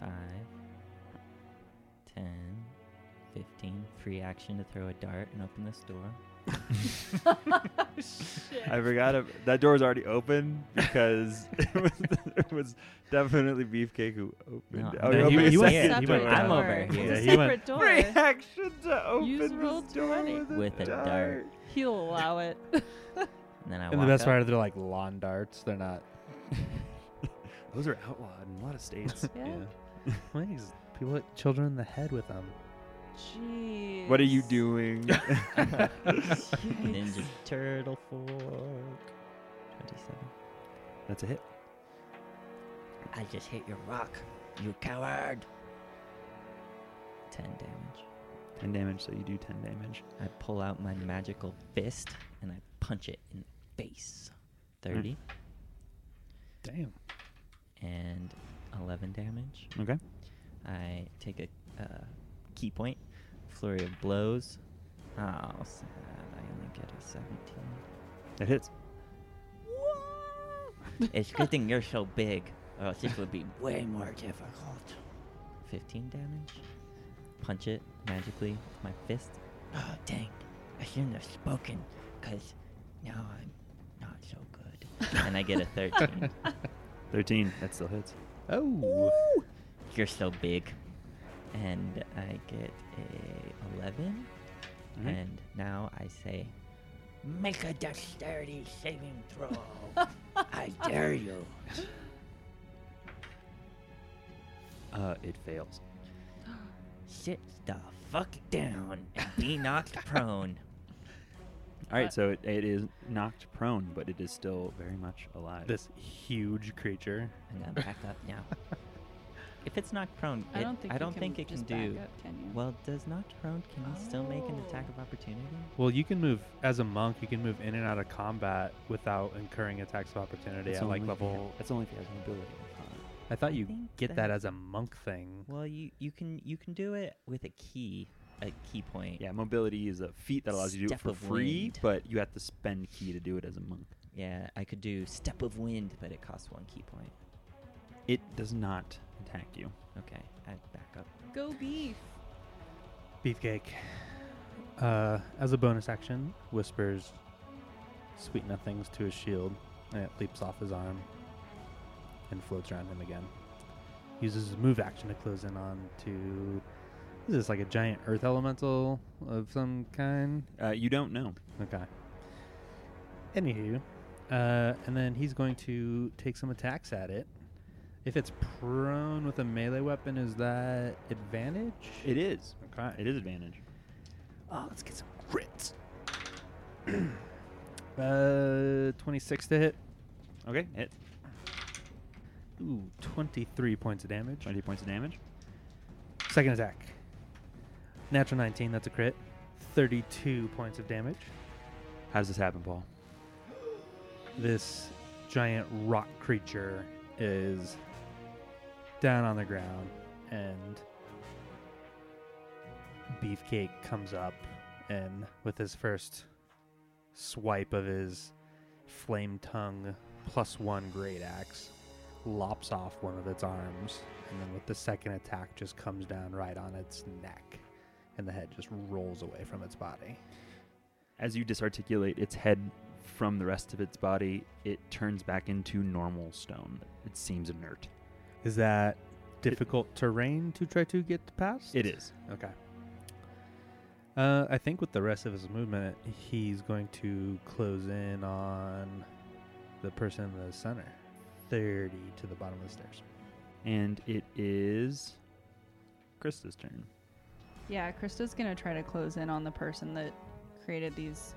S5: Five, ten, fifteen. Free action to throw a dart and open this door.
S1: I forgot ab- that door was already open because it was, it was definitely Beefcake who opened.
S5: No,
S1: oh,
S5: no,
S1: opened
S2: he-
S1: the
S2: he went-
S1: second
S2: he
S1: door.
S2: went-
S5: I'm over
S4: It's
S5: here.
S4: a
S2: Yeah, he went-
S4: separate door.
S1: Reaction to open
S4: Use
S1: this
S4: roll
S1: door
S4: 20.
S5: With a dart.
S4: He'll allow it.
S5: And then I
S2: And the
S5: walk
S2: best
S5: up.
S2: part, they're like lawn darts. They're not.
S1: Those are outlawed in a lot of states.
S4: Yeah.
S2: Please, people hit children in the head with them.
S4: Jeez.
S1: What are you doing?
S5: Ninja Turtle fork. Twenty-seven.
S1: That's a hit.
S5: I just hit your rock, you coward. Ten damage.
S1: 10 damage, so you do 10 damage.
S5: I pull out my magical fist and I punch it in the face. Thirty
S2: Damn.
S5: and eleven damage.
S1: Okay.
S5: I take a uh, key point, flurry of blows. Oh, sad. I only get a 17.
S1: That hits.
S5: It's good thing you're so big, or else this would be way more difficult. 15 damage. Punch it magically with my fist. Oh, dang. I shouldn't have spoken, because now I'm not so good. and I get a 13.
S1: 13. That still hits.
S2: Oh.
S5: You're so big. And I get a 11.
S1: Mhm.
S5: And now I say, Make a dexterity saving throw. I dare you.
S1: Uh, it fails.
S5: Sit the fuck down and be knocked prone.
S1: All right, so it, it is knocked prone, but it is still very much alive.
S2: This huge creature.
S5: And I'm back up now. If it's knocked prone, it,
S4: I don't think you can
S5: think it can
S4: just
S5: do.
S4: back up, can you?
S5: Well, does knocked prone can you still make an attack
S4: Oh.
S5: of opportunity?
S2: Well, you can move as a monk. You can move in and out of combat without incurring attacks of opportunity
S1: That's
S2: at like
S1: only if you have-
S2: level.
S1: That's only if he has an ability. I thought.
S2: I thought
S5: I
S2: you
S5: think
S2: get that
S5: that-
S2: as a monk thing.
S5: Well, you you can you can do it with a key, a key point.
S1: Yeah, mobility is a feat that allows you to do it
S5: Step
S1: for
S5: of
S1: free,
S5: wind.
S1: but you have to spend key to do it as a monk.
S5: Yeah, I could do step of wind, but it costs one key point.
S1: It does not attack you.
S5: Okay, I back up.
S4: Go beef.
S2: Beefcake. Uh, as a bonus action, whispers sweet nothings to his shield, and it leaps off his arm and floats around him again. Uses his move action to close in on to. Is this like a giant earth elemental of some kind?
S1: Uh, you don't know.
S2: Okay. Anywho, uh, and then he's going to take some attacks at it. If it's prone with a melee weapon, is that advantage?
S1: It is.
S2: Okay.
S1: It is advantage.
S2: Oh, let's get some grits. uh, 26 to hit.
S1: Okay, hit.
S2: Ooh, 23 points of damage.
S1: 20 points of damage.
S2: Second attack. Natural 19, that's a crit. 32 points of damage.
S1: How does this happen, Paul?
S2: This giant rock creature is down on the ground, and Beefcake comes up and, with his first swipe of his flame tongue plus one great axe, lops off one of its arms, and then with the second attack, just comes down right on its neck, and the head just rolls away from its body.
S1: As you disarticulate its head from the rest of its body, it turns back into normal stone. It seems inert.
S2: Is that difficult terrain to try to get past?
S1: It is.
S2: Okay. Uh, I think with the rest of his movement, he's going to close in on the person in the center. 30 to the bottom of the stairs.
S1: And it is Krista's turn.
S4: Yeah, Krista's gonna try to close in on the person that created these,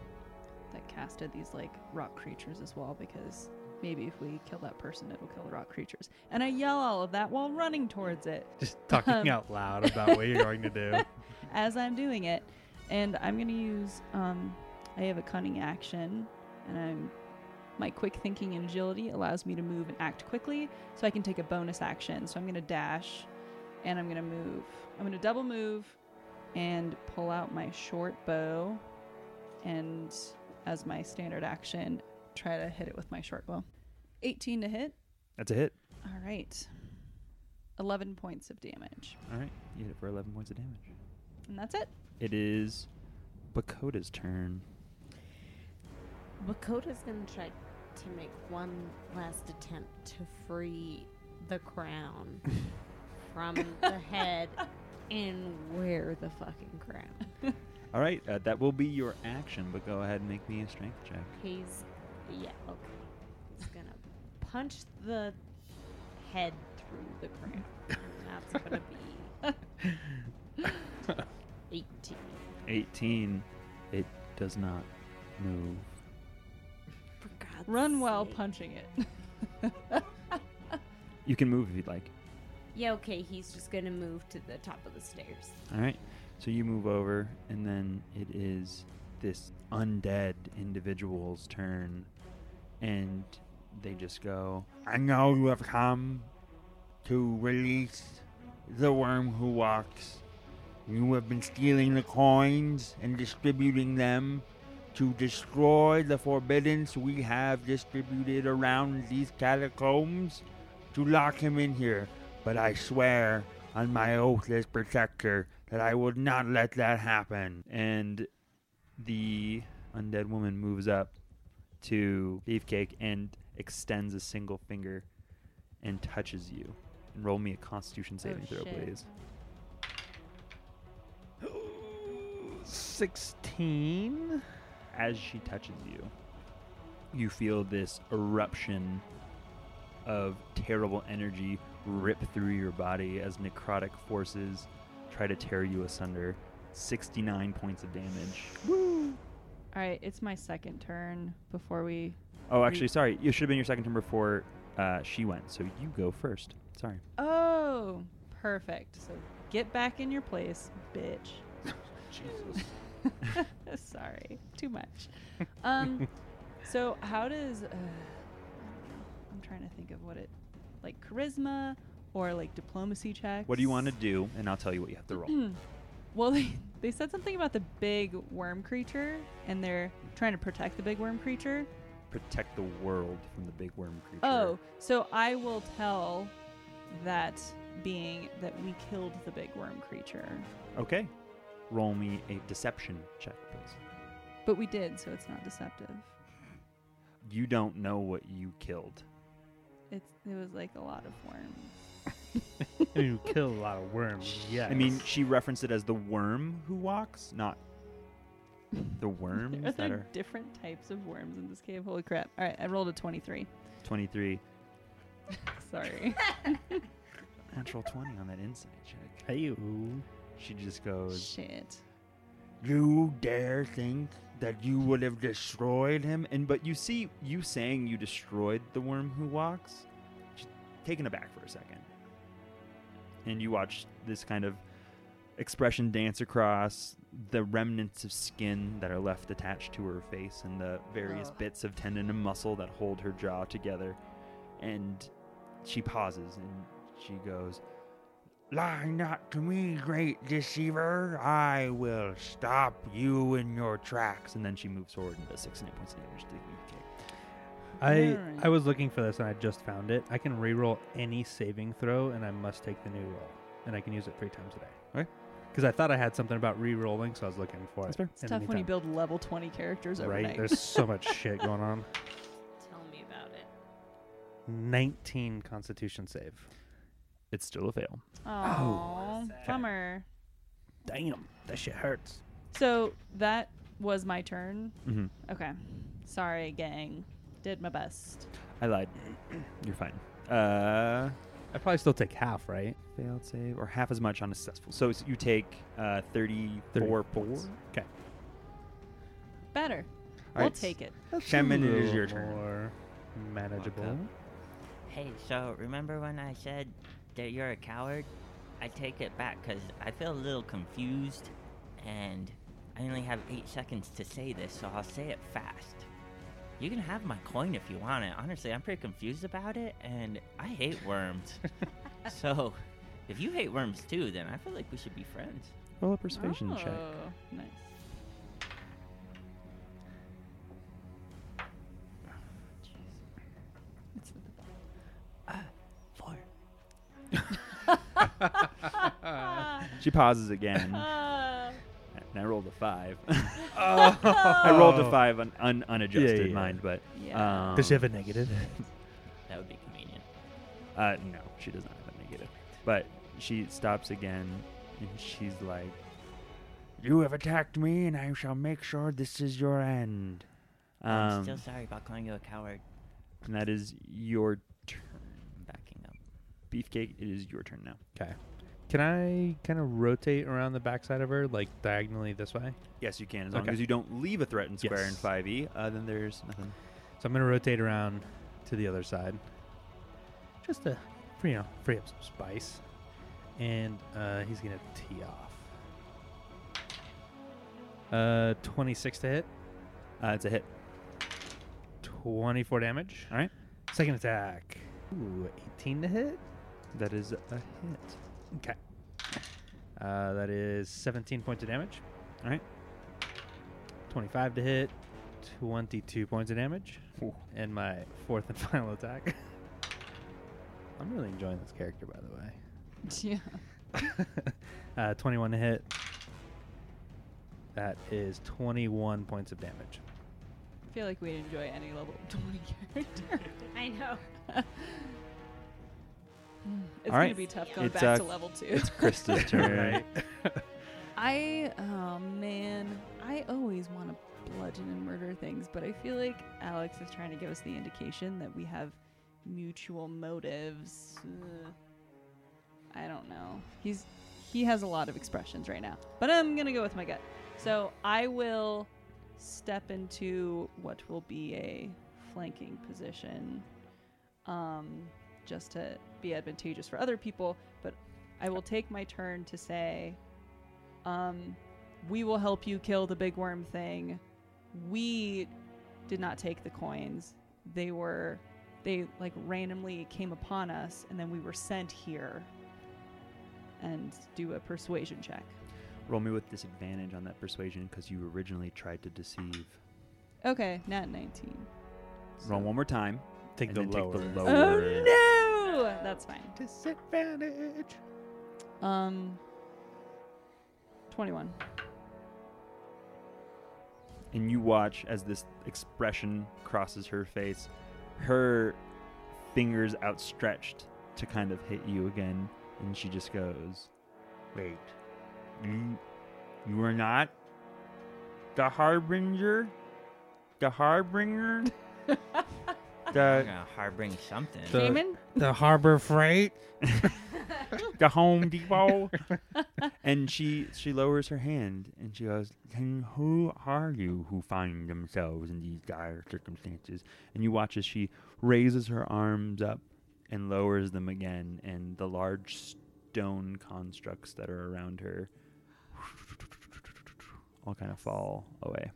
S4: that casted these like rock creatures as well, because maybe if we kill that person, it'll kill the rock creatures. And I yell all of that while running towards it
S2: Just
S4: talking Um,
S2: out loud about what you're going to do.
S4: as I'm doing it, and I'm gonna use. Um, I have a cunning action, and I'm my quick thinking and agility allows me to move and act quickly, so I can take a bonus action. So I'm gonna dash, and I'm gonna move. I'm gonna double move, and pull out my short bow, and as my standard action, try to hit it with my short bow. 18 to hit.
S1: That's a hit.
S4: right. 11 points of damage.
S1: All right, you hit it for 11 points of damage.
S4: And that's it.
S1: It is Bakoda's turn.
S3: Makota's gonna try to make one last attempt to free the crown from the head and wear the fucking crown.
S1: All right, uh, that will be your action, but go ahead and make me a strength check.
S3: He's yeah, okay. He's gonna punch the head through the crown. And that's gonna be eighteen.
S1: 18. It does not move.
S3: For God's
S4: Run while
S3: sake.
S4: punching it.
S1: You can move if you'd like.
S3: Yeah, okay, he's just gonna move to the top of the stairs.
S1: All right. So you move over, and then it is this undead individual's turn, and they just go.
S6: I know you have come to release the worm who walks. You have been stealing the coins and distributing them to destroy the forbiddance we have distributed around these catacombs to lock him in here. But I swear on my oath as protector that I will not let that happen.
S1: And the undead woman moves up to Beefcake and extends a single finger and touches you. And roll me a constitution saving throw,
S3: shit.
S1: please. 16 as she touches you you feel this eruption of terrible energy rip through your body as necrotic forces try to tear you asunder 69 points of damage Oh,
S4: All right, it's my second turn before we.
S1: oh actually sorry you should have been your second turn before uh, she went so you go first sorry
S4: Oh, perfect. So get back in your place, bitch.
S2: Jesus.
S4: Sorry, too much. Um, so how does uh, I don't know. I'm trying to think of what it like charisma or like diplomacy checks.
S1: what do you want to do and i'll tell you what you have to roll
S4: Well, they, they said something about the big worm creature, and they're trying to protect the big worm creature.
S1: protect the world from the big worm creature
S4: Oh, so I will tell that being that we killed the big worm creature,
S1: okay roll me a deception check please
S4: but we did, so it's not deceptive.
S1: you don't know what you killed.
S4: It's it was like a lot of worms.
S2: I mean, you kill a lot of worms. Yeah.
S1: I mean, she referenced it as the worm who walks, not the worms
S4: Are
S1: that
S4: there
S1: are
S4: different types of worms in this cave? Holy crap. All right, I rolled a 23.
S1: 23.
S4: Sorry.
S1: Natural 20 on that insight check.
S2: hey you.
S1: She just goes,
S4: Shit.
S6: You dare think that you would have destroyed him?
S1: him. And but you see, you saying you destroyed the worm who walks, she's taken aback for a second. And you watch this kind of expression dance across the remnants of skin that are left attached to her face and the various
S4: Ugh.
S1: bits of tendon and muscle that hold her jaw together. And she pauses and she goes,
S6: Lie not to me, great deceiver. I will stop you in your tracks.
S1: and then she moves forward and does six and eight points of damage to the E cake.
S2: I
S4: Alright.
S2: I was looking for this and I just found it. I can reroll any saving throw and I must take the new roll, and I can use it three times a day.
S1: Okay.
S2: Because I thought I had something about re-rolling, so I was looking for
S1: That's
S2: it.
S1: fair.
S4: It's
S2: in the
S4: tough when you
S2: meantime.
S4: build level 20 characters
S2: Right?
S4: overnight.
S2: There's so much shit going on.
S3: Tell me about it.
S2: 19 Constitution save.
S1: It's still a fail.
S4: Aw,
S2: sad.
S4: bummer.
S2: Damn, that shit hurts.
S4: So that was my turn.
S1: Mm-hmm.
S4: Okay. Sorry, gang. Did my best.
S1: I lied. You're fine. Uh,
S2: I probably still take half, right?
S1: failed save or half as much on a successful. So it's- you take uh, 34 points.
S2: Okay.
S4: Better.
S1: All
S4: we'll
S1: right,
S4: take it.
S1: Shaman, it is your turn.
S2: More manageable.
S5: Hey, so remember when I said that you're a coward? I take it back because I feel a little confused and I only have eight seconds to say this, so I'll say it fast. You can have my coin if you want it. Honestly, I'm pretty confused about it and I hate worms. so if you hate worms too, then I feel like we should be friends.
S1: Roll a persuasion check.
S4: Oh, Nice. It's with the ball.
S5: Four.
S1: She pauses again, and
S4: Uh,
S1: I rolled a five.
S2: Oh.
S1: I rolled a five on un, unadjusted
S2: Yeah, yeah, yeah.
S1: mind, but
S4: Yeah.
S1: um,
S2: Does she have a negative?
S5: That would be convenient.
S1: Uh, no, she does not have a negative. But she stops again, and she's like,
S6: You have attacked me, and I shall make sure this is your end.
S5: I'm
S1: um,
S5: still sorry about calling you a coward.
S1: and that is your turn.
S5: I'm backing up.
S1: Beefcake, it is your turn now.
S2: Okay. Can I kind of rotate around the backside of her, like diagonally this way?
S1: Yes, you can, as long
S2: Okay.
S1: as you don't leave a threatened square
S2: Yes.
S1: in 5e, uh, then there's nothing.
S2: So I'm going to rotate around to the other side, just to, free- you know, free up some space. And uh, he's going to tee off. Uh, 26 to hit,
S1: Uh, it's a hit.
S2: 24 damage.
S1: All right.
S2: Second attack. Ooh, 18 to hit.
S1: That is a hit.
S2: Okay. Uh, that is 17 points of damage. All right. 25 to hit, 22 points of damage.
S1: Ooh.
S2: And my fourth and final attack. I'm really enjoying this character, by the way.
S4: yeah.
S2: uh, 21 to hit. That is 21 points of damage.
S4: I feel like we'd enjoy any level of 20 character.
S3: I know.
S4: It's
S1: All
S4: gonna
S1: right.
S4: be tough going
S1: It's,
S4: back
S1: uh,
S4: to level two.
S1: It's Krista's turn.
S2: Right.
S4: I oh man, I always want to bludgeon and murder things, but I feel like Alex is trying to give us the indication that we have mutual motives. Ugh. I don't know. He's he has a lot of expressions right now, but I'm gonna go with my gut. So I will step into what will be a flanking position, um, just to be advantageous for other people. But I will take my turn to say um, we will help you kill the big worm thing. We did not take the coins. They were, they like randomly came upon us, and then we were sent here. And do a persuasion check.
S1: Roll me with disadvantage on that persuasion because you originally tried to deceive.
S4: Okay, not 19.
S1: Roll one more time.
S2: Take,
S1: and
S2: the
S1: then
S2: lower.
S1: Take the lower.
S4: Oh no, that's fine.
S2: Disadvantage.
S4: Um, 21.
S1: and you watch as this expression crosses her face, her fingers outstretched to kind of hit you again, and she just goes,
S6: Wait. You, you are not the harbinger? The harbinger?
S5: I'm
S6: the,
S5: gonna harboring something.
S2: The-
S4: Damon?
S2: The harbor freight.
S6: the Home Depot?
S1: and she she lowers her hand and she goes,
S6: then who are you who find themselves in these dire circumstances?
S1: and you watch as she raises her arms up and lowers them again, and the large stone constructs that are around her all kind of fall away.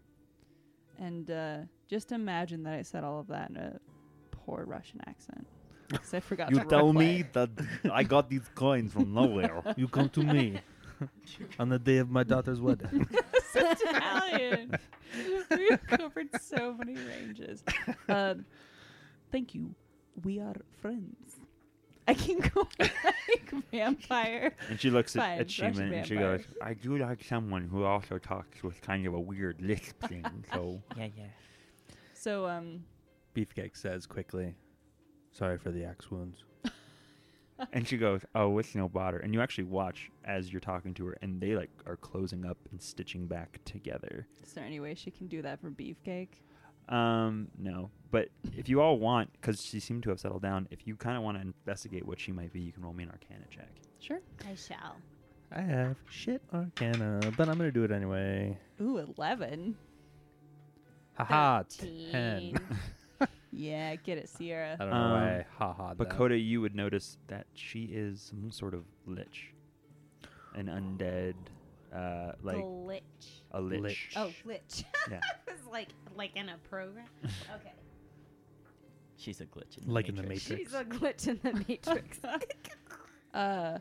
S4: And uh, just imagine that I said all of that in a poor Russian accent. Because I forgot
S1: You
S4: to
S1: tell
S4: roleplay.
S1: me that I got these coins from nowhere.
S2: You come to me on the day of my daughter's wedding.
S4: That's Italian. We've covered so many ranges. Um, thank you. We are friends. I can go like vampire.
S1: And she looks
S4: Fine,
S1: at, at
S4: Russian
S1: Shima and she
S4: vampire.
S1: goes,
S6: I do like someone who also talks with kind of a weird lisp thing, so.
S5: yeah, yeah.
S4: So um,
S2: Beefcake says quickly, "Sorry for the axe wounds."
S1: and she goes, "Oh, it's no bother." And you actually watch as you're talking to her, and they like are closing up and stitching back together.
S4: is there any way she can do that for beefcake?
S1: Um, no, but if you all want, because she seemed to have settled down, if you kind of want to investigate what she might be, you can roll me an Arcana check.
S4: Sure.
S3: I shall.
S2: I have shit Arcana, but I'm gonna do it anyway.
S4: Ooh, eleven.
S2: Haha, ten.
S3: Thirteen.
S4: Yeah, get it, Sierra.
S2: I don't know
S1: Um,
S2: why. Haha.
S1: But Coda, you would notice that she is some sort of lich, an undead, uh, like
S3: Glitch.
S1: a lich.
S2: Lich.
S3: Oh, glitch.
S1: Yeah.
S3: it's like like in a program. Okay.
S5: She's a glitch. In
S2: Like in the
S5: matrix.
S2: Matrix.
S3: She's a glitch in the matrix.
S2: oh.
S4: Uh,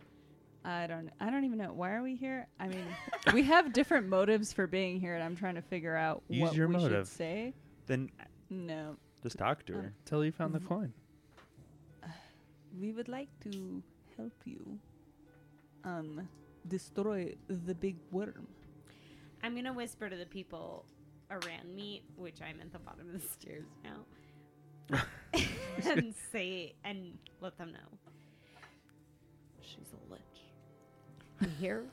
S4: I don't. I don't even know why are we here. I mean, we have different motives for being here, and I'm trying to figure out
S2: Use
S4: what
S2: your
S4: we
S2: motive.
S4: should say.
S1: Then
S4: No,
S1: just talk to
S4: Um,
S1: her.
S2: Till you found the coin.
S4: we would like to help you. um, destroy the big worm.
S3: I'm gonna whisper to the people around me, which I'm at the bottom of the stairs now, and say and let them know she's a lich. You hear?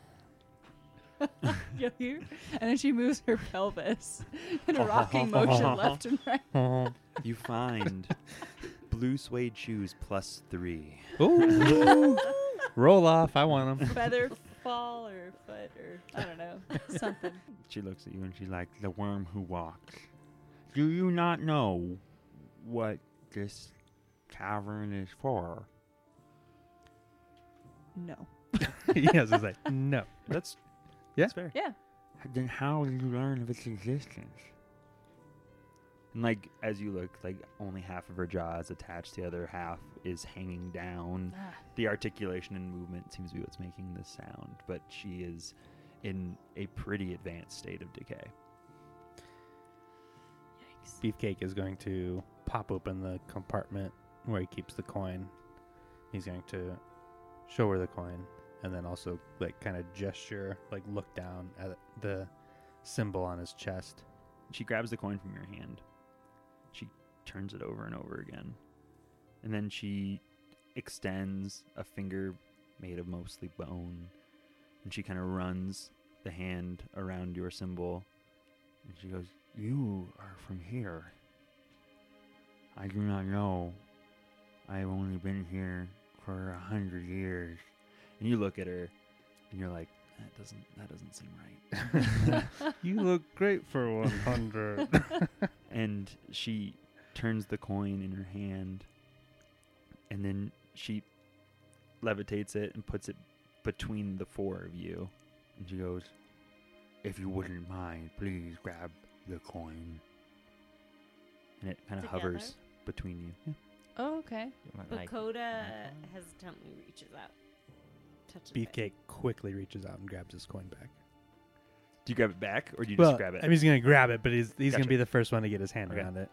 S4: You hear? And then she moves her pelvis in a rocking motion left and right.
S1: You find blue suede shoes plus three.
S2: Ooh. Roll off. I want them.
S4: Feather fall or foot or I don't know something.
S6: She looks at you and she's like, The worm who walks. Do you not know what this cavern is for?
S4: No.
S2: yes, it's like, no.
S1: That's
S2: Yeah.
S1: that's fair.
S4: Yeah.
S6: Then how did you learn of its existence?
S1: And like as you look, like only half of her jaw is attached, the other half is hanging down.
S4: Ah,
S1: The articulation and movement seems to be what's making this sound, but she is in a pretty advanced state of decay.
S2: Beefcake is going to pop open the compartment where he keeps the coin. He's going to show her the coin and then also like kind of gesture, like look down at the symbol on his chest.
S1: She grabs the coin from your hand. She turns it over and over again. And then she extends a finger made of mostly bone. And she kind of runs the hand around your symbol.
S6: And she goes, You are from here. I do not know. I've only been here for a hundred years.
S1: And you look at her and you're like, that doesn't that doesn't seem right.
S2: You look great for 100.
S1: And she turns the coin in her hand and then she levitates it and puts it between the four of you.
S6: And she goes, If you wouldn't mind, please grab the coin.
S1: And it kind of
S3: Together?
S1: hovers between you.
S4: Oh, okay.
S5: But, like,
S3: Bakoda hesitantly reaches out, touches it.
S2: Beefcake quickly reaches out and grabs his coin back.
S1: Do you grab it back or do you just grab it?
S2: I mean, he's going to grab it, but he's, he's going
S1: Gotcha.
S2: to be the first one to get his hand
S1: Okay.
S2: around it.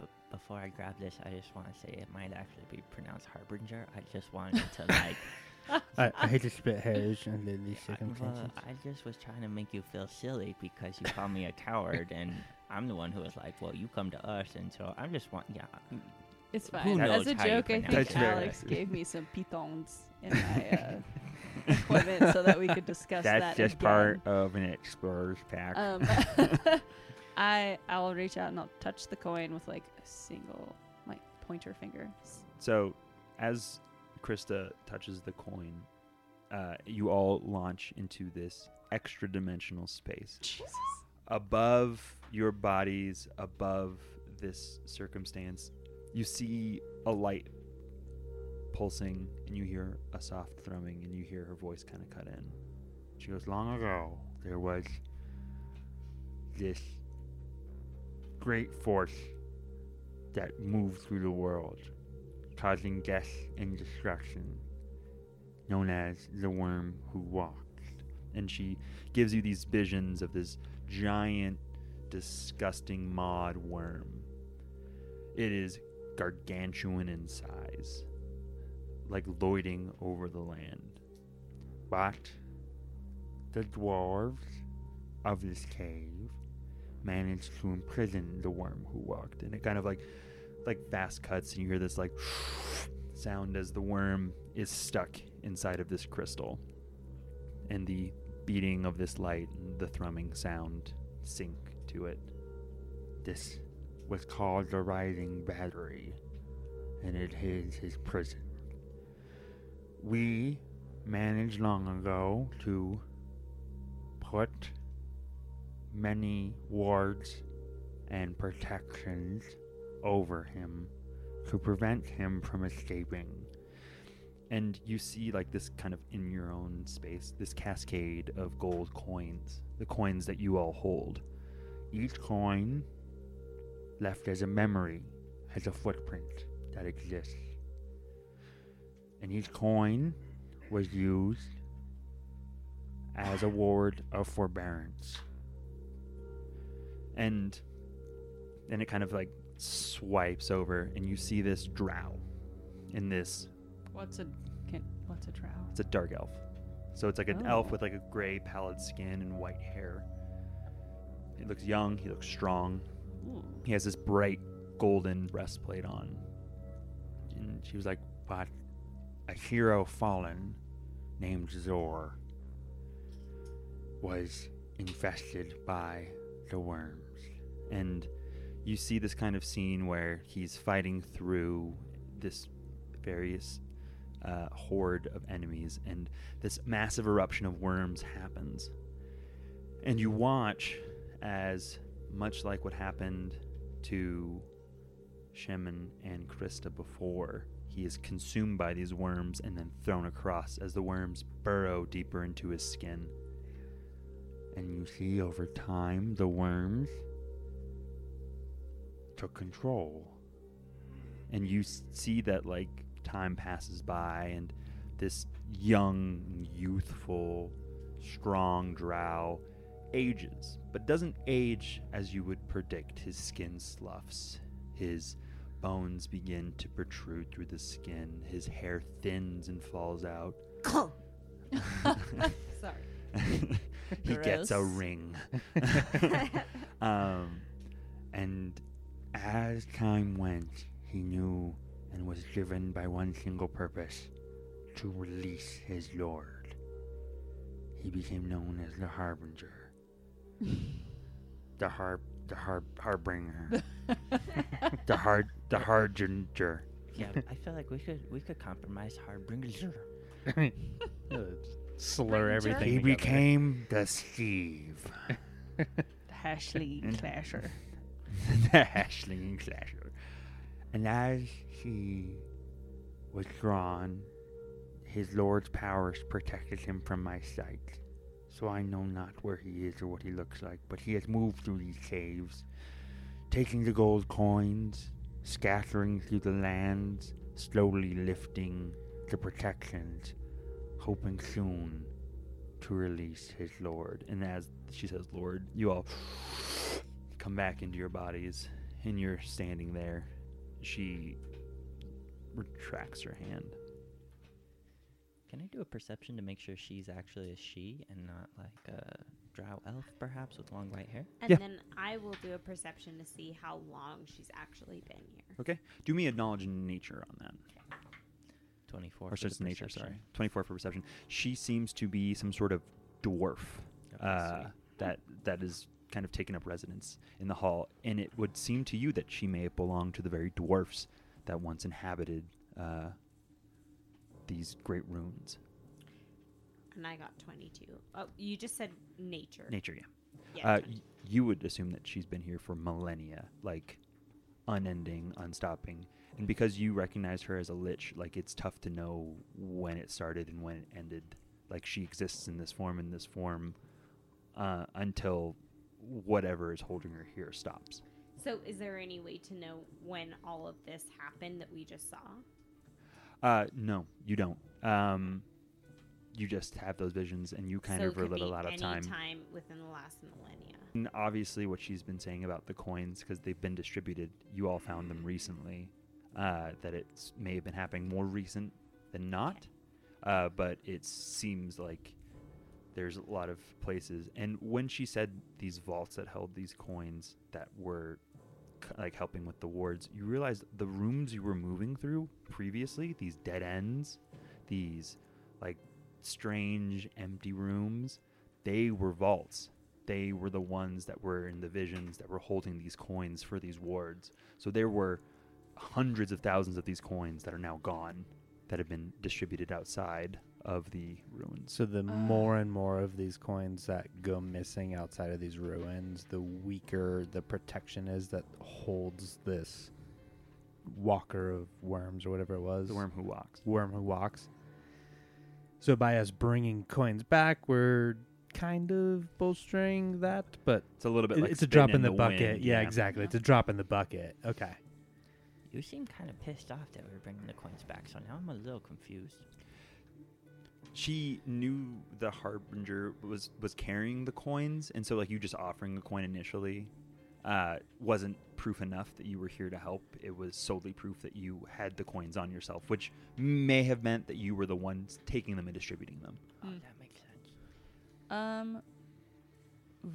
S5: b- before I grab this, I just want to say it might actually be pronounced harbinger. I just wanted to like.
S2: I, I hate to spit hairs under these
S5: I, well, I just was trying to make you feel silly because you called me a coward, and I'm the one who was like, "Well, you come to us," and so I'm just want, yeah, mm,
S4: It's
S5: Who
S4: fine. As
S5: knows
S4: a
S5: how you
S4: joke, I
S5: pronounce
S4: think
S1: it?
S4: Alex gave me some pitons in my uh, equipment so that we could discuss
S6: That's
S4: that.
S6: just
S4: again.
S6: part of an explorer's pack.
S4: Um, I I will reach out and I'll touch the coin with like a single like pointer finger.
S1: So, as Krista touches the coin, uh, you all launch into this extra dimensional space.
S4: Jesus.
S1: Above your bodies, above this circumstance, you see a light pulsing and you hear a soft thrumming and you hear her voice kind of cut in.
S6: She goes, Long ago, there was this great force that moved through the world, causing death and destruction, known as the worm who walks.
S1: and she gives you these visions of this giant, disgusting mod worm. It is gargantuan in size, like lloyding over the land.
S6: But the dwarves of this cave managed to imprison the worm who walked.
S1: And it kind of like, like fast cuts, and you hear this like sound as the worm is stuck inside of this crystal, and the beating of this light and the thrumming sound sink to it.
S6: This was called the Rising Battery, and it is his prison. We managed long ago to put many wards and protections over him to prevent him from escaping.
S1: and you see like this kind of in your own space this cascade of gold coins the coins that you all hold
S6: Each coin left as a memory has a footprint that exists. And each coin was used as a ward of forbearance.
S1: and then it kind of like swipes over and you see this drow in this
S4: What's a can What's a drow?
S1: It's a dark elf. So it's like an
S4: Oh.
S1: elf with like a gray pallid skin and white hair. He looks young, he looks strong. He has this bright golden breastplate on.
S6: And she was like, But a hero fallen named Zor was infested by the worms.
S1: And you see this kind of scene where he's fighting through this various uh, horde of enemies, and this massive eruption of worms happens. And you watch as, much like what happened to Shemin and Krista before, he is consumed by these worms and then thrown across as the worms burrow deeper into his skin.
S6: And you see over time the worms took control.
S1: and you s- see that like time passes by and this young youthful strong drow ages but doesn't age as you would predict his skin sloughs his bones begin to protrude through the skin his hair thins and falls out
S3: Sorry.
S1: he gets a
S4: Gross.
S1: ring
S6: Um, and as time went, he knew and was driven by one single purpose to release his lord. He became known as the Harbinger. the Harb. The Harb. Harbinger. the Hard. The Harbinger.
S5: Yeah, I feel like we could we could compromise Harbinger's.
S2: Slur
S4: Ranger?
S2: everything.
S6: He
S2: together.
S6: became the Steve.
S4: Hashley Clasher.
S6: the Hashling Slasher. And as he was drawn, his lord's powers protected him from my sight. So I know not where he is or what he looks like, but he has moved through these caves, taking the gold coins, scattering through the lands, slowly lifting the protections, hoping soon to release his lord.
S1: and as she says lord you all come back into your bodies and you're standing there she retracts her hand
S5: Can I do a perception to make sure she's actually a she and not like a drow elf, perhaps with long white hair?
S3: And
S1: Yeah.
S3: then I will do a perception to see how long she's actually been here.
S1: okay do me a knowledge in nature on that
S5: Twenty-four.
S1: or
S5: for the
S1: sense of nature. Sorry,
S5: perception.
S1: twenty-four for perception. She seems to be some sort of dwarf
S5: Okay,
S1: uh,
S5: sweet.
S1: that that is kind of taken up residence in the hall, and it would seem to you that she may belong to the very dwarfs that once inhabited uh, these great ruins.
S3: And I got 22. Oh, you just said nature.
S1: Nature, yeah.
S3: Yeah,
S1: Uh,
S3: 22.
S1: y- you would assume that she's been here for millennia, like unending, unstopping. And because you recognize her as a lich, like it's tough to know when it started and when it ended. Like she exists in this form, in this form, uh, until whatever is holding her here stops.
S3: So, is there any way to know when all of this happened that we just saw?
S1: Uh, no, you don't. Um, you just have those visions, and you kind
S3: so
S1: of
S3: it could
S1: relate a
S3: be
S1: lot of
S3: any
S1: time.
S3: time within the last millennia.
S1: And obviously, what she's been saying about the coins, because they've been distributed, you all found them recently, uh, that it may have been happening more recent than not. Uh, but it seems like there's a lot of places. And when she said these vaults that held these coins that were c- like helping with the wards, you realized the rooms you were moving through previously, these dead ends, these like strange empty rooms, they were vaults they were the ones that were in the visions that were holding these coins for these wards. So there were hundreds of thousands of these coins that are now gone that have been distributed outside of the ruins.
S2: So the more and more of these coins that go missing outside of these ruins, the weaker the protection is that holds this walker of worms or whatever it was.
S1: The worm who walks.
S2: worm who walks. So by us bringing coins back, we're kind of bolstering that, but
S1: It's a little bit
S2: it-
S1: like
S2: it's a drop
S1: spitting
S2: in the,
S1: wind,
S2: bucket. yeah, exactly. It's a drop in the bucket. Okay.
S5: You seem kind of pissed off that we're bringing the coins back, so now I'm a little confused.
S1: She knew the harbinger was was carrying the coins, and so like you just offering the coin initially
S7: uh, wasn't proof enough that you were here to help. It was solely proof that you had the coins on yourself, which may have meant that you were the ones taking them and distributing them.
S5: Oh,
S4: Mm.
S5: that makes sense.
S4: Um,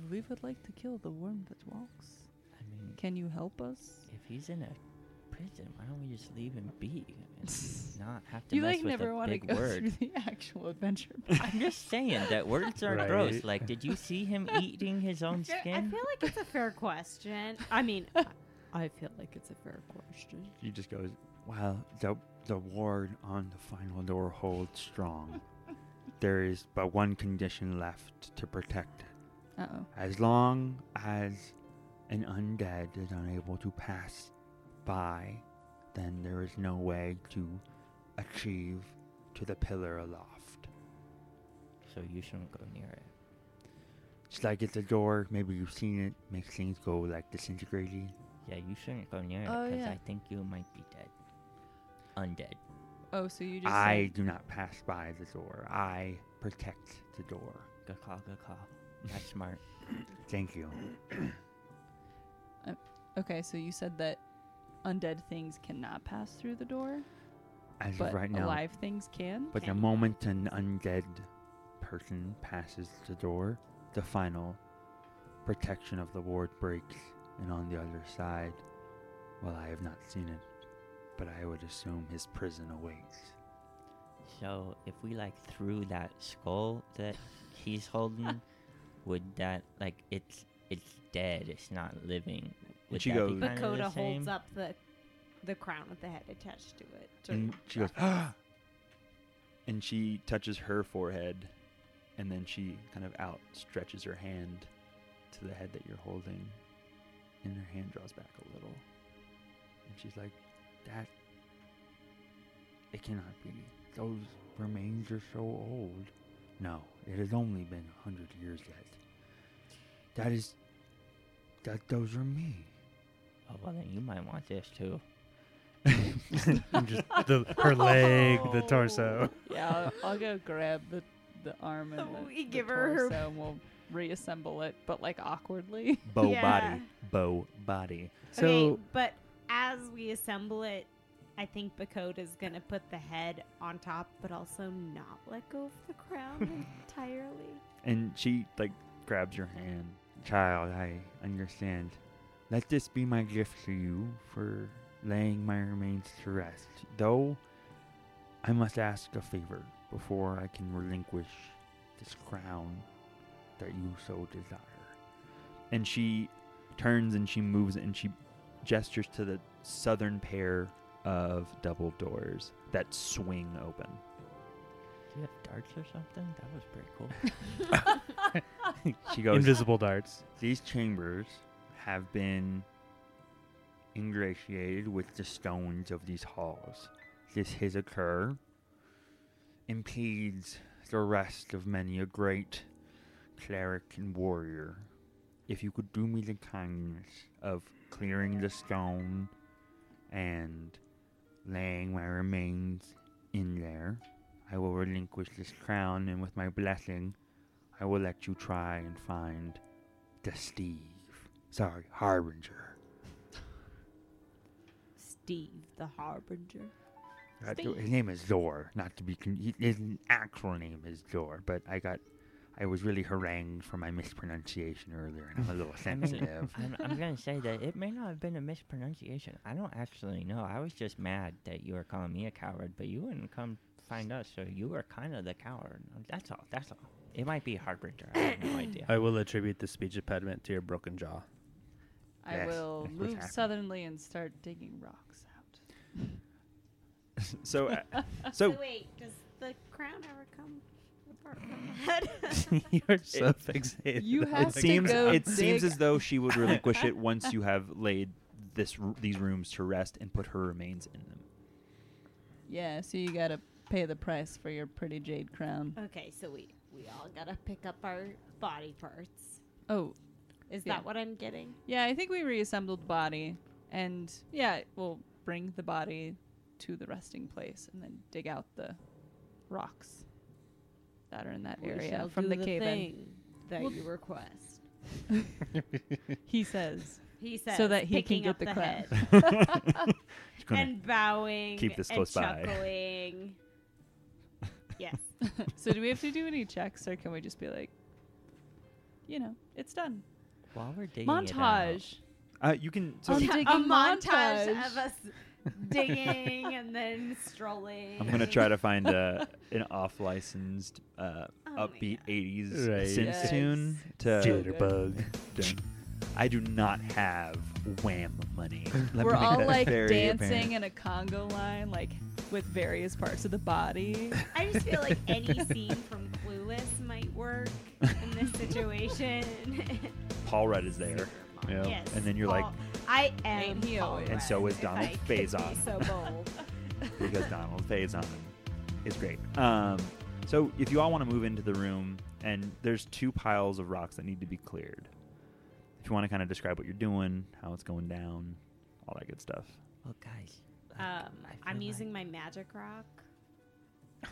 S4: we would like to kill the worm that walks.
S5: I mean,
S4: Can you help us?
S5: if he's in a prison, why don't we just leave him be and not have to
S4: You
S5: mess
S4: like
S5: with
S4: never
S5: a
S4: want to
S5: big
S4: go
S5: word?
S4: through the actual adventure.
S5: I'm just saying that words are gross.
S2: Right.
S5: Like, did you see him eating his own
S3: I feel
S5: skin?
S3: like it's a fair question. I mean, uh, I- I feel like it's a fair question.
S1: He just goes, Well, the, the ward on the final door holds strong. there is but one condition left to protect it.
S4: Uh oh.
S1: As long as an undead is unable to pass by, then there is no way to achieve to the pillar aloft.
S5: So you shouldn't go near it.
S1: It's like it's a door, maybe you've seen it, makes things go like disintegrating.
S5: Yeah, you shouldn't go near it
S4: Oh,
S5: because
S4: yeah.
S5: I think you might be dead. Undead.
S4: Oh, so you just.
S1: I
S4: said-
S1: do not pass by the door. I protect the door.
S5: Good call, good call. That's smart.
S1: Thank you.
S4: okay, so you said that undead things cannot pass through the door,
S1: As
S4: but
S1: of right now.
S4: alive things can.
S1: But the
S3: Okay.
S1: moment an undead person passes the door, the final protection of the ward breaks, and on the other side, well, I have not seen it, but I would assume his prison awaits.
S5: So if we like threw that skull that he's holding, would that like it's it's dead? It's not living. Would
S7: she
S5: that be
S7: goes-
S5: kinda the
S3: Bakota holds
S5: same?
S3: up the the crown with the head attached to it. to-
S1: And she goes, "Ah!"
S7: And she touches her forehead, and then she kind of outstretches her hand to the head that you're holding, and her hand draws back a little.
S1: and she's like, that. It cannot be. Those remains are so old. No, it has only been a hundred years yet. That is. That those are me.
S5: Oh well, then you might want this too.
S2: And just the, her leg, the
S4: Oh.
S2: torso.
S4: Yeah, I'll, I'll go grab the the arm and the,
S3: We
S4: the
S3: give her her-
S4: torso and we'll reassemble it, but like awkwardly.
S7: Bow
S3: Yeah.
S7: body, bow body.
S3: okay,
S2: So
S3: but as we assemble it, I think Bakota's gonna put the head on top, but also not let go of the crown entirely.
S7: And she like grabs your hand.
S1: Child, I understand. Let this be my gift to you for laying my remains to rest. Though, I must ask a favor before I can relinquish this crown that you so desire.
S7: and she turns and she moves and she gestures to the southern pair of double doors that swing open.
S5: Do you have darts or something? That was pretty cool.
S1: She goes,
S2: invisible darts.
S1: These chambers have been ingratiated with the stones of these halls. This his occur impedes the rest of many a great cleric and warrior. If you could do me the kindness of clearing the stone and laying my remains in there, I will relinquish this crown and with my blessing I will let you try and find the Steve. Sorry, Harbinger.
S3: Steve the Harbinger.
S1: Uh, th- His name is Zor, not to be. Con- he- his actual name is Zor, but I got. I was really harangued for my mispronunciation earlier, and I'm a little sensitive.
S5: I'm, I'm gonna say that it may not have been a mispronunciation. I don't actually know. I was just mad that you were calling me a coward, but you wouldn't come find us, so you were kind of the coward. That's all. That's all. It might be Harbinger. I have no idea.
S2: I will attribute the speech impediment to your broken jaw.
S4: I
S1: Yes,
S4: will
S1: that's what's
S4: move
S1: happening.
S4: southernly and start digging rocks out.
S7: So uh, so
S3: Oh, So wait, does the crown ever come apart from the head?
S2: You're so
S7: It-
S2: fixated.
S4: You
S2: on
S4: have
S7: it
S2: the
S4: to
S7: seems
S4: go
S7: it seems
S4: dig-
S7: as though she would relinquish it once you have laid this r- these rooms to rest and put her remains in them.
S4: Yeah, so you gotta pay the price for your pretty jade crown.
S3: okay, so we we all gotta pick up our body parts.
S4: Oh,
S3: Is
S4: Yeah.
S3: that what I'm getting?
S4: yeah, I think we reassembled the body, and yeah, we'll bring the body to the resting place and then dig out the rocks that are in that
S3: We
S4: area
S3: shall
S4: from
S3: do
S4: the cave. in.
S3: thing that
S4: Well-
S3: you request.
S4: He says,
S3: He says,
S4: so that he can
S3: picking
S4: get
S3: up
S4: the, crab.
S3: head
S1: Just gonna-
S3: and bowing.
S1: keep this
S3: and
S1: close by.
S3: chuckling. yes.
S4: so do we have to do any checks, or can we just be like, you know, it's done?
S5: While we're digging it out,
S4: Montage.
S1: uh, you can. So
S4: Um,
S3: A
S4: I'm
S3: montage,
S4: digging
S3: of
S4: montage.
S3: us digging and then strolling.
S1: I'm gonna try to find
S7: uh,
S1: a, an off-licensed, uh,
S3: Oh my
S1: upbeat
S3: God.
S1: '80s
S2: Right.
S1: synth
S4: Yes.
S1: tune to.
S4: So good.
S2: Jitterbug.
S1: I do not have wham money. Let
S4: We're
S1: me make
S4: all
S1: that
S4: like
S1: very
S4: dancing
S1: apparent.
S4: in a Congo line, like with various parts of the body.
S3: I just feel like any scene from Clueless might work in this situation.
S1: Paul Rudd is there.
S2: Yeah.
S3: yes.
S1: And then you're like-
S3: Paul- I am.
S4: Ain't he
S3: Paul
S4: always?
S1: And so
S3: Rudd,
S1: is
S3: if
S1: Donald
S3: I could be
S1: Faison.
S3: So bold. Um,
S1: because Donald Faison is great. Um, so if you all want to move into the room, and there's two piles of rocks that need to be cleared. If you want to kind of describe what you're doing, how it's going down, all that good stuff.
S5: Well, guys, like,
S3: Um,
S5: I feel
S3: I'm
S5: like-
S3: using my magic rock.
S4: to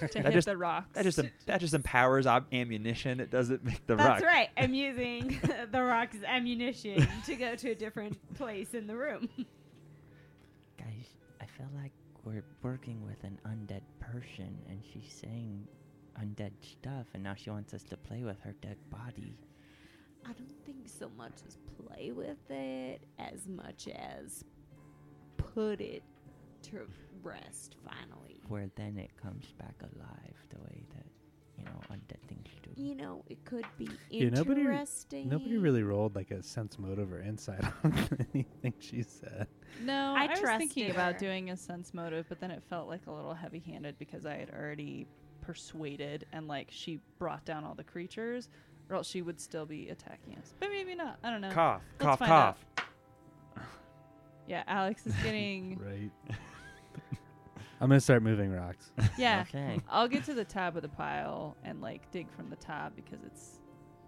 S1: That
S4: hit
S1: just-
S4: the rocks.
S1: That just uh, that just empowers ob- ammunition. It doesn't make the rock.
S3: That's right. I'm using the rock's ammunition to go to a different place in the room.
S5: guys. I feel like we're working with an undead person, and she's saying undead stuff, and now she wants us to play with her dead body.
S3: I don't think so much as play with it as much as put it to rest finally.
S5: Where then it comes back alive, the way that you know undead things do.
S3: You know, it could be
S2: Yeah, nobody-
S3: interesting.
S2: Nobody really rolled like a sense motive or insight on anything she said.
S4: no,
S3: I
S4: I, was
S3: trust
S4: thinking
S3: her.
S4: about doing a sense motive, but then it felt like a little heavy-handed because I had already persuaded and like she brought down all the creatures, or else she would still be attacking us. But maybe not. I don't know.
S1: Cough, cough,
S4: Let's find
S1: cough.
S4: Yeah, Alex is getting.
S2: Right. I'm gonna start moving rocks.
S4: yeah,
S5: Okay.
S4: I'll get to the top of the pile and like dig from the top because it's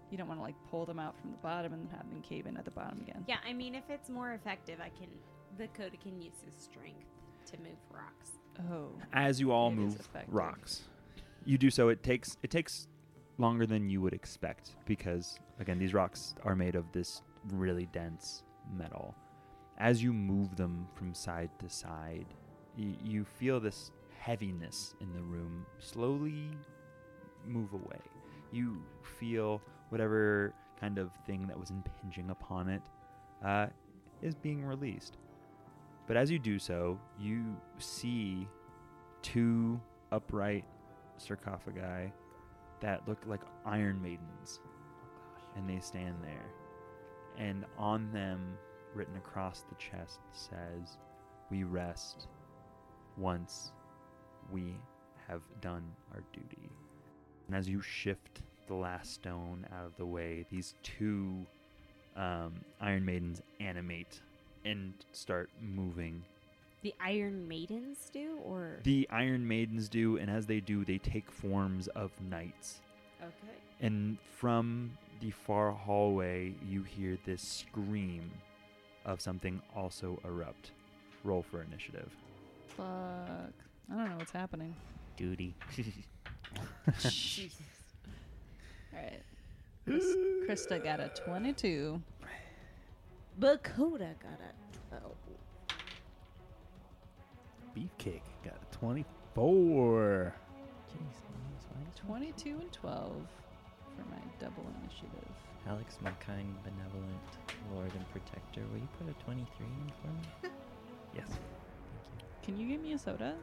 S4: you don't want to like pull them out from the bottom and have them cave in at the bottom again.
S3: Yeah, I mean, if it's more effective, I can. The Coda can use his strength to move rocks.
S4: Oh,
S1: As you all
S4: It is
S1: move
S4: effective.
S1: rocks, you do so. It takes it takes longer than you would expect because again, these rocks are made of this really dense metal. As you move them from side to side, y- you feel this heaviness in the room slowly move away. You feel whatever kind of thing that was impinging upon it uh, is being released. But as you do so, you see two upright sarcophagi that look like Iron Maidens. And they stand there. And on them, written across the chest, says, We rest once we have done our duty. And as you shift the last stone out of the way, these two um, Iron Maidens animate and start moving
S3: The Iron Maidens do, or
S1: the Iron Maidens do, and as they do, they take forms of knights.
S3: okay.
S1: And from the far hallway, you hear this scream of something also erupt. Roll for initiative.
S4: fuck! I don't know what's happening.
S5: Duty.
S4: All right, Chris, Krista got a twenty-two.
S3: Bakoda got a twelve.
S2: Beefcake got a 24.
S5: Jeez, Louise, why is my-
S4: 22 and 12 for my double initiative.
S5: Alex, my kind, benevolent lord and protector, will you put a 23 in for me?
S1: Yes.
S4: Can you give me a soda?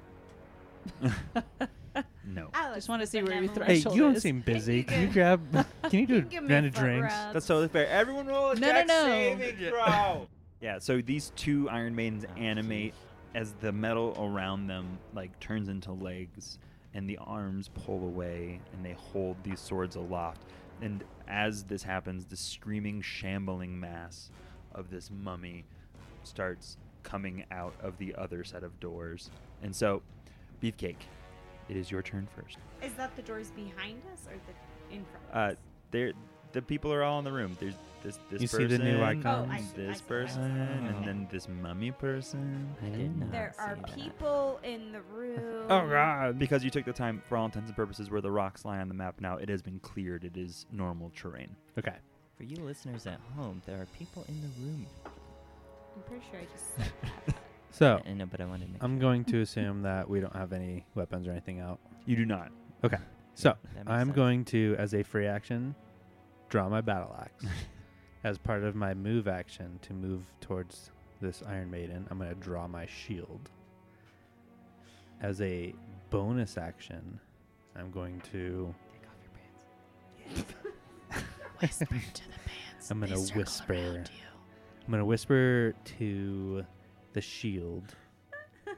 S1: No.
S3: Alex
S4: Just want to see where your
S3: benevolent.
S2: Hey,
S4: threshold
S2: you don't
S4: is.
S2: seem busy.
S3: You
S2: Can you
S3: good.
S2: grab? Can you do
S3: Give me
S2: advantage
S3: a foot
S2: drinks?
S3: rub.
S1: That's totally fair. Everdex
S6: roll
S4: No, no, dex no. saving
S6: throw.
S1: Yeah, so these two Iron Maidens
S5: Oh,
S1: animate as the metal around them like turns into legs and the arms pull away and they hold these swords aloft. And as this happens, the screaming, shambling mass of this mummy starts coming out of the other set of doors. And so, Beefcake, it is your turn first.
S3: Is that the doors behind us or the in front? of
S1: Uh,
S3: us?
S1: there, the people are all in the room. There's this this
S2: You see
S1: person,
S2: the new
S3: Oh, I
S2: icons? Oh.
S3: see, I
S1: this
S3: see, I
S1: person,
S5: see.
S1: and then this mummy person.
S5: I did not.
S3: there are
S5: see that.
S3: people in the room.
S2: oh God!
S1: Um, Because you took the time, for all intents and purposes, where the rocks lie on the map now, it has been cleared. It is normal terrain.
S2: Okay.
S5: For you listeners at home, there are people in the room.
S3: I'm pretty sure I just said
S2: So
S5: I know, uh, but I wanted to make
S2: Oh. I'm going to assume that we don't have any weapons or anything out.
S1: You do not.
S2: So
S5: that makes
S2: I'm
S5: sense.
S2: going to, as a free action, draw my battle axe. as part of my move action to move towards this Iron Maiden, I'm going to draw my shield. As a bonus action, I'm going to.
S5: Take off your pants.
S4: Whisper to the pants.
S2: I'm
S4: They
S2: gonna
S4: circle
S2: whisper.
S4: around you.
S2: I'm going to whisper to the shield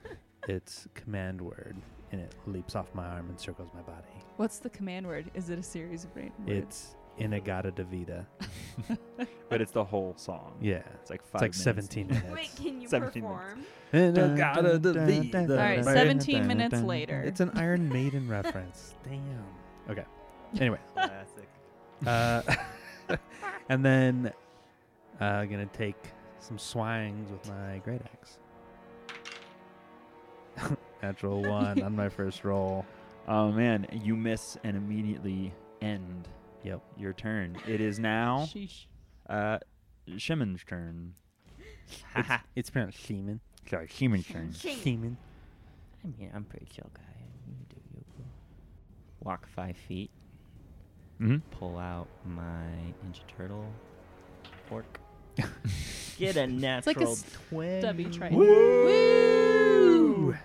S2: its command word, and it leaps off my arm and circles my body.
S4: What's the command word? Is it a series of random words?
S2: It's Inagata Davida.
S1: But it's the whole song.
S2: Yeah.
S1: It's like
S2: It's
S1: five
S2: like
S1: minutes.
S2: 17 minutes.
S3: that. Wait, can you
S1: 17 minutes.
S3: perform?
S2: Inagata
S4: All
S2: Davida.
S4: right, 17 minutes later.
S2: It's an Iron Maiden reference. Damn. Okay. Anyway,
S5: Classic.
S2: uh, and then uh, gonna take some swings with my great axe. Natural one on my first roll.
S1: Oh man, you miss and immediately end.
S2: Yep.
S1: Your turn. It is now
S4: Sheesh.
S1: uh Shimon's turn.
S2: It's, it's pronounced Sheeman.
S1: Sorry, Shimon's turn.
S3: Shing.
S2: Sheeman.
S5: I mean, I'm pretty chill guy. You do you. bro. Walk five feet.
S1: hmm
S5: Pull out my Ninja Turtle fork. Get a
S4: like a
S5: natural twin.
S4: Stubby Triton.
S2: Woo!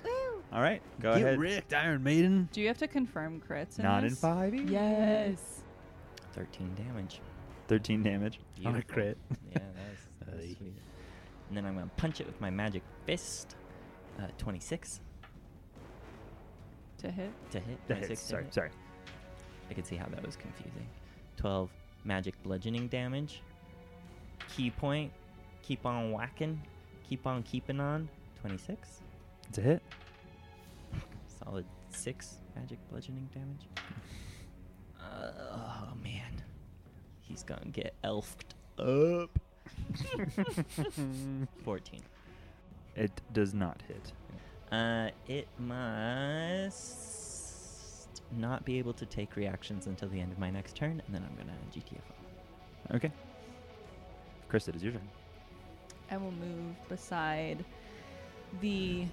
S1: All right, go
S2: Get
S1: ahead.
S2: ripped, Iron Maiden.
S4: Do you have to confirm crits? In
S1: Not in
S4: this?
S1: 5 e
S4: Yes.
S5: Thirteen damage.
S1: 13 damage.
S2: On a
S5: Beautiful.
S2: crit.
S5: yeah, that's, that's
S2: Aye.
S5: sweet. And then I'm gonna punch it with my magic fist. Uh, 26
S4: To hit.
S5: to hit.
S1: That
S5: 26
S1: hits.
S5: to
S1: Sorry,
S5: hit.
S1: sorry.
S5: I could see how that was confusing. 12 magic bludgeoning damage. Key point. Keep on whacking. Keep on keeping on. 26.
S1: It's a hit.
S5: Solid 6 magic bludgeoning damage. Uh, oh man. He's gonna get elfed up. 14.
S1: It does not hit.
S5: Uh, it must not be able to take reactions until the end of my next turn, and then I'm gonna GTFO.
S1: Okay. Chris, it is your turn.
S4: I will move beside the,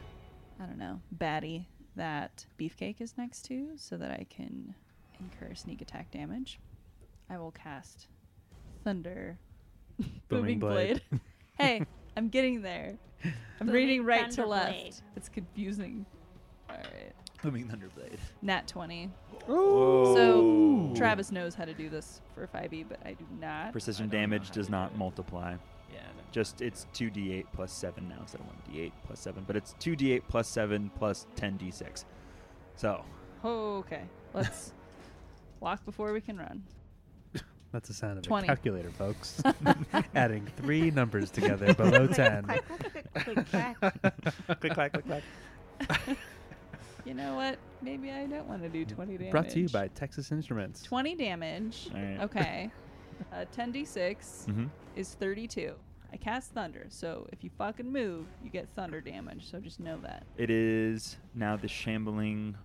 S4: I don't know, baddie that Beefcake is next to so that I can incur sneak attack damage. I will cast Thunder
S2: Booming Blade.
S4: hey, I'm getting there. I'm
S3: Booming
S4: reading right to
S3: Thunder
S4: left.
S3: Blade.
S4: It's confusing. All right.
S1: Booming Thunderblade.
S4: Nat 20.
S1: Oh.
S4: So Travis knows how to do this for 5e, but I do not.
S5: I
S1: Precision
S5: don't know
S1: damage
S5: how
S1: does
S5: to do
S1: not
S5: it.
S1: multiply.
S5: Yeah.
S1: Just it's two d8 plus seven now instead of one d8 plus seven, but it's two d8 plus seven plus ten d6. So
S4: Oh, okay. Let's walk before we can run.
S2: That's the sound of a
S4: 20.
S2: calculator, folks. Adding three numbers together below 10.
S3: Click, click, click, click, click.
S1: click clack click clack.
S4: You know what? Maybe I don't want to do 20 damage.
S2: Brought to you by Texas Instruments.
S4: 20 damage.
S1: All right.
S4: Okay. Uh, 10d6
S2: Mm.
S1: Mm-hmm.
S4: is 32. I cast thunder, so if you fucking move, you get thunder damage. So just know that.
S1: It is now the shambling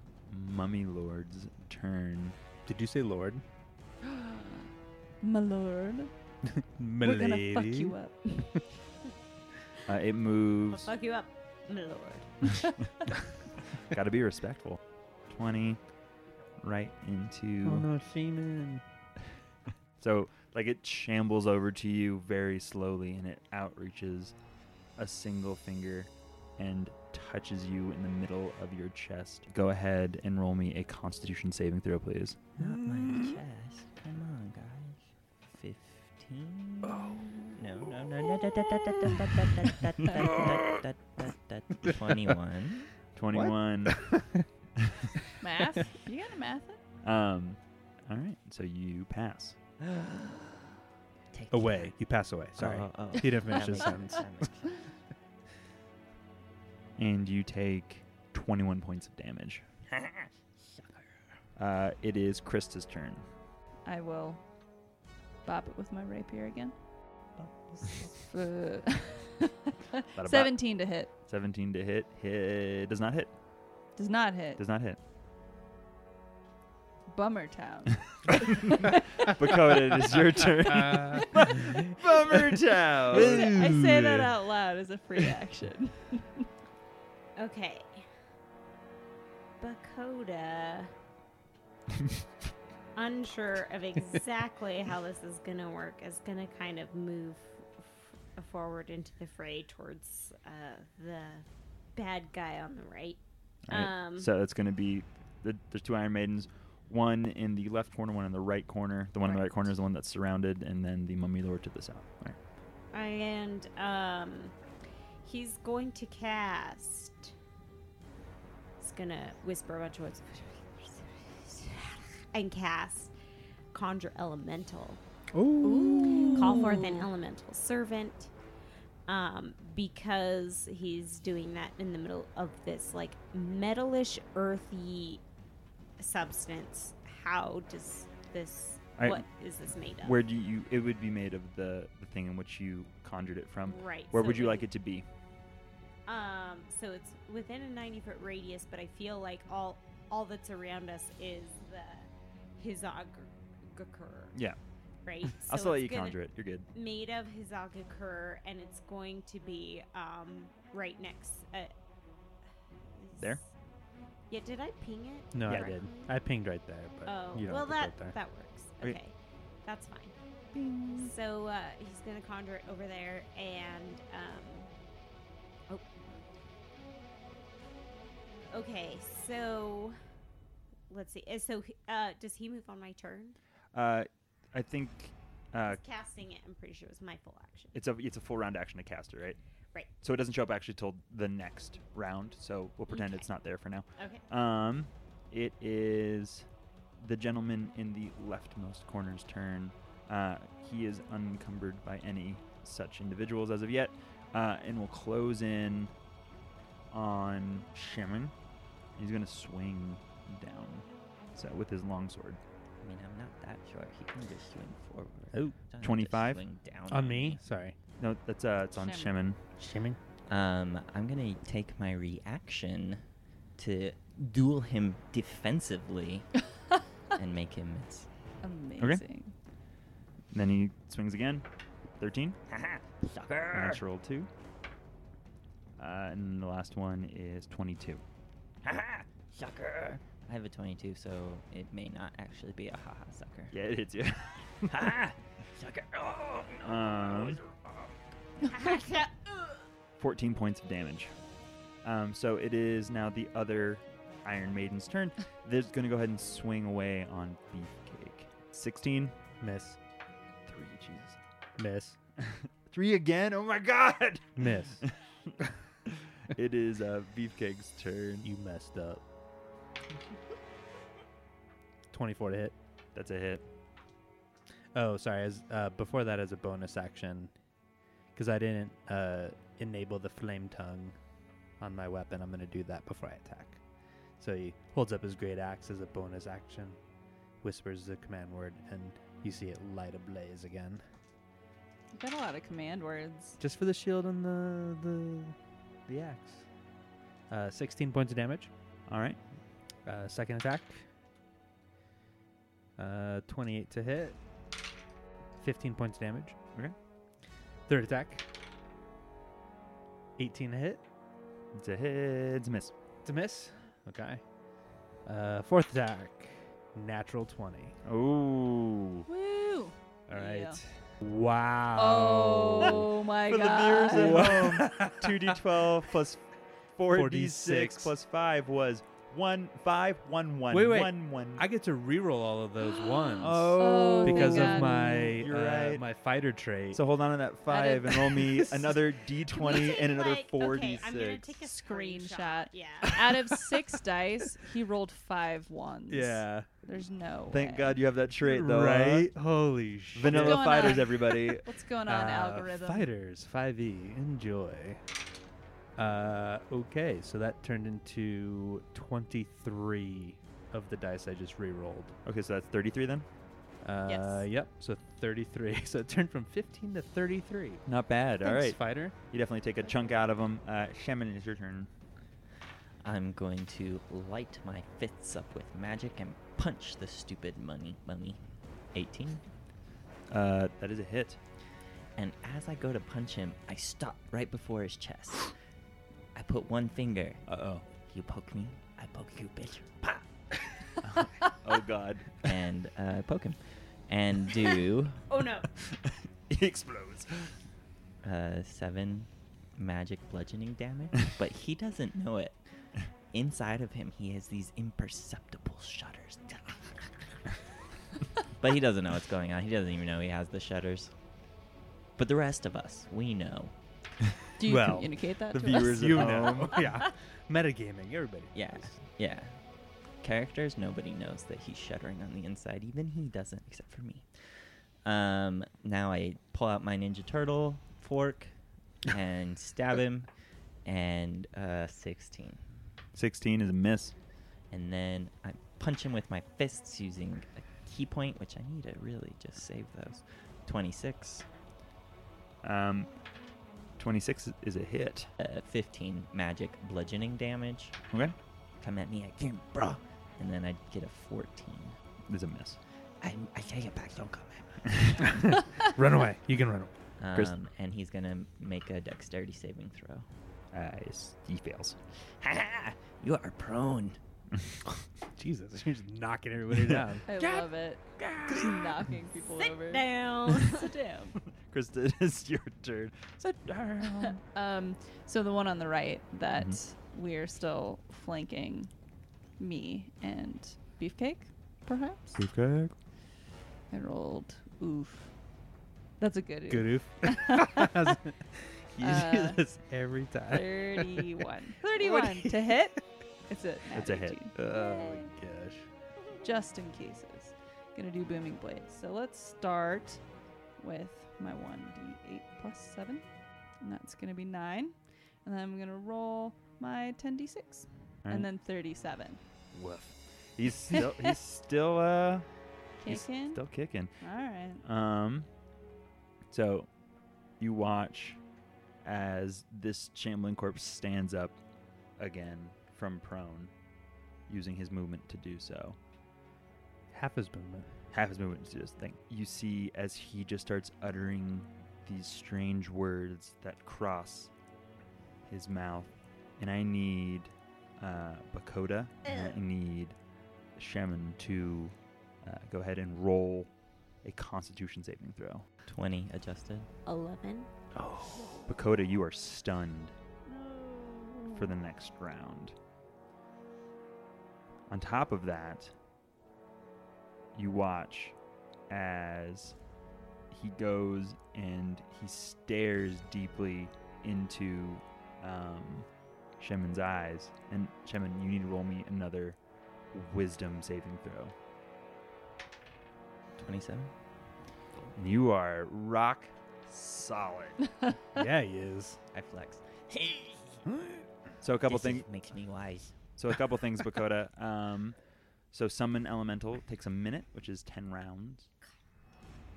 S1: mummy lord's turn.
S2: Did you say Lord?
S4: My lord, we're gonna fuck you up.
S1: Uh, it
S3: I'll
S1: moves.
S3: fuck you up, my lord.
S1: Got to be respectful. Twenty, right into.
S2: Oh no, Shaman.
S1: So, like, it shambles over to you very slowly and it outreaches a single finger and touches you in the middle of your chest. Go ahead and roll me a constitution saving throw, please.
S5: Not my chest. Come on, guys. Fifteen. No, no, no, no, da, da, da, da, da, da, da, da, da, da, da, da, da, da. Twenty-one.
S1: 21.
S4: Math? You gotta math it?
S1: um, all right. So you pass.
S5: Take
S2: Away. You pass away. Sorry.
S5: Oh, oh, oh.
S2: He didn't
S5: That
S2: finish his
S5: makes sense,
S2: sentence.
S5: that makes sense.
S1: And you take 21 points of damage. Uh, it is Krista's turn.
S4: I will bop it with my rapier again. Uh,
S1: Bada bop.
S4: 17 to hit.
S1: 17 to hit. Hit. Does not hit.
S4: Does not hit.
S1: Does not hit.
S4: Bummer Town.
S1: Bakoda, it is your turn. Bummer Town.
S4: I say that out loud as a free action.
S3: Okay. Bakoda. unsure of exactly how this is going to work, is going to kind of move f- forward into the fray towards uh, the bad guy on the right.
S1: Alright,
S3: Um,
S1: so that's going to be the, there's two Iron Maidens, one in the left corner, one in the right corner. The one in the right corner is the one that's surrounded, and then the Mummy Lord to the south. All right.
S3: And um, he's going to cast. He's gonna whisper a bunch of words. And cast Conjure Elemental. Call forth an elemental servant. Um, because he's doing that in the middle of this like metalish, earthy substance. How does this?
S1: I-
S3: what is this made of?
S1: Where do you? It would be made of the the thing in which you conjured it from.
S3: right.
S1: Where
S3: so
S1: would you
S3: it-
S1: like it to be?
S3: Um, so it's within a ninety foot radius, but I feel like all all that's around us is the Hizogakur,
S1: Yeah,
S3: right?
S1: I'll
S3: So
S1: still let
S3: it's
S1: you
S3: gonna-
S1: conjure it. You're good.
S3: Made of Hizogakur, and it's going to be um right next. Uh,
S1: There?
S3: is- Yeah, did I ping it?
S2: No,
S1: Yeah.
S2: I did. I pinged right there, but
S3: Oh,
S2: you don't have
S3: well
S2: to
S3: that
S2: put there.
S3: that works.
S1: Okay.
S3: Okay, that's fine. So uh, he's gonna conjure it over there, and um, oh, okay. So let's see. Uh, So uh, does he move on my turn?
S1: Uh, I think uh,
S3: He's casting it. I'm pretty sure it was my full action.
S1: it's a it's a full round action to cast it, right?
S3: Right.
S1: So it doesn't show up actually till the next round. So we'll pretend
S3: Okay.
S1: it's not there for now.
S3: Okay.
S1: Um, it is the gentleman in the leftmost corner's turn. Uh, he is unencumbered by any such individuals as of yet, uh, and will close in on Shimon. He's gonna swing down, so with his longsword.
S5: I mean, I'm not that short. He can just swing forward.
S2: Oh.
S5: Don't have to
S1: 25?
S5: swing down
S2: On me? Sorry.
S1: No, that's uh, it's on Shimon.
S2: Shimming?
S4: Shimon.
S5: Um, I'm gonna take my reaction to duel him defensively and make him miss.
S4: Amazing.
S1: Then he swings again, thirteen.
S5: Haha,
S1: And
S5: sucker!
S1: that's rolled two. Uh, and the last one is twenty-two.
S5: Haha, sucker! I have a 22, so it may not actually be a haha sucker.
S1: Yeah, it hits you.
S5: Haha, sucker! Oh, no.
S1: um, Fourteen points of damage. Um, so it is now the other Iron Maiden's turn. This is going to go ahead and swing away on Beefcake. Sixteen.
S2: Miss.
S1: Three. Jesus.
S2: Miss.
S1: Three again. Oh my God.
S2: Miss.
S1: it is uh, Beefcake's turn.
S2: you messed up. 24 to hit.
S1: That's a hit.
S2: Oh, sorry. As uh, before that, as a bonus action, because I didn't uh, enable the flame tongue on my weapon, I'm gonna do that before I attack. So he holds up his great axe as a bonus action, whispers the command word, and you see it light ablaze again.
S4: You've got a lot of command words.
S2: Just for the shield and the the the axe. Uh, 16 points of damage.
S1: All right.
S2: Uh, second attack. Uh, 28 to hit. 15 points damage.
S1: Okay.
S2: Third attack. 18 to hit.
S1: It's a hit. It's a miss.
S2: It's a miss. Okay. Uh, fourth attack. Natural 20.
S1: Oh.
S4: Woo!
S2: All right.
S4: Yeah.
S2: Wow.
S4: Oh, my
S1: For the
S4: god.
S1: viewers at home, 2d12 plus 4d6
S2: 4d6.
S1: plus 5 was 1, 5, 1, 1,
S2: Wait, wait.
S1: 1, 1.
S2: I get to reroll all of those ones
S4: Oh,
S2: because
S4: thank
S2: of
S4: God.
S2: my
S1: You're
S2: uh,
S1: right.
S2: my fighter trait.
S1: so hold on to that 5 and roll me another d20 and another 4d6.
S3: Okay, I'm gonna take a
S4: Screenshot.
S3: screenshot. Yeah.
S4: Out of six dice, he rolled five ones.
S2: yeah.
S4: There's no.
S1: Thank
S4: way.
S1: God you have that trait, though. huh?
S2: right? Holy shit.
S1: Vanilla
S4: going
S1: fighters,
S4: on?
S1: everybody.
S4: What's going on,
S2: Uh,
S4: algorithm?
S2: Fighters, 5e, enjoy. Uh, okay, so that turned into 23 of the dice I just re-rolled.
S1: Okay, so that's 33 then?
S2: Uh,
S4: Yes.
S2: Yep, so 33. So it turned from 15 to 33.
S1: Not bad. All
S2: Thanks,
S1: right.
S2: fighter.
S1: You definitely take a chunk out of them. Uh, Shaman, it's your turn.
S5: I'm going to light my fists up with magic and punch the stupid money mummy. 18.
S1: Uh, that is a hit.
S5: And as I go to punch him, I stop right before his chest. I put one finger.
S1: Uh
S5: You poke me, I poke you, bitch. Pop!
S1: oh.
S3: Ah.
S1: oh God.
S5: And uh, poke him. And do
S3: Oh no.
S1: he explodes.
S5: uh, seven magic bludgeoning damage, but he doesn't know it. Inside of him, he has these imperceptible shudders. but he doesn't know what's going on. He doesn't even know he has the shudders. But the rest of us, we know.
S4: Do you
S2: Well,
S4: communicate that
S1: the
S4: to
S1: viewers
S4: us?
S1: at
S2: you
S1: home.
S2: know. yeah. Metagaming, everybody.
S5: Yeah, yeah. Characters, nobody knows that he's shuddering on the inside. Even he doesn't, except for me. Um, now I pull out my Ninja Turtle fork and stab him, and uh, 16.
S1: 16 is a miss.
S5: and then I punch him with my fists using a key point, which I need to really just save those. 26,
S1: Um, 26 is a hit.
S5: uh, 15 magic bludgeoning damage.
S1: Okay.
S5: Come at me again, bro. And then I get a 14.
S1: Is a miss.
S5: I, I take it back, don't come at
S2: run away. You can run away.
S5: me.
S1: Chris-
S5: Um, and he's going to make a dexterity saving throw.
S1: Uh, it's- he fails.
S5: Ha ha! You are prone.
S2: Jesus, you're just knocking everybody down.
S4: I love it. Just knocking people over.
S3: Sit down.
S4: Sit down.
S1: Krista, it is your turn. Sit down.
S4: Um, so the one on the right that
S1: Mhm.
S4: we're still flanking me and Beefcake, perhaps?
S1: Okay.
S4: I rolled oof. That's a good oof.
S2: Good oof. you
S4: Uh,
S2: do this every time.
S4: 31. 31 to hit. It's a nat
S1: It's a hit.
S4: 18.
S1: Oh
S4: Yay.
S1: my gosh.
S4: Just in cases. Gonna do booming blades. So let's start with my 1d8 plus 7. And that's gonna be 9. And then I'm gonna roll my 10d6.
S1: Alright.
S4: And then 37.
S1: Woof. He's still he's still uh he's
S4: Kicking.
S1: still kicking.
S4: All right.
S1: Um, so you watch as this shambling corpse stands up again from prone, using his movement to do so.
S2: Half his movement.
S1: Half his movement to do this thing. You see as he just starts uttering these strange words that cross his mouth, and I need uh, Bakoda and I
S3: Ugh.
S1: need Shaman to uh, go ahead and roll a Constitution saving throw.
S5: 20 adjusted.
S3: Eleven.
S1: Bakoda, you are stunned for the next round. On top of that, you watch as he goes and he stares deeply into um, Shemin's eyes. And Shemin, you need to roll me another wisdom saving throw.
S5: 27?
S1: And you are rock solid.
S2: yeah, he is.
S5: I flex.
S1: So a couple
S5: This is-
S1: things.
S5: Makes me wise.
S1: So a couple things, Bakota. Um, so summon elemental takes a minute, which is ten rounds.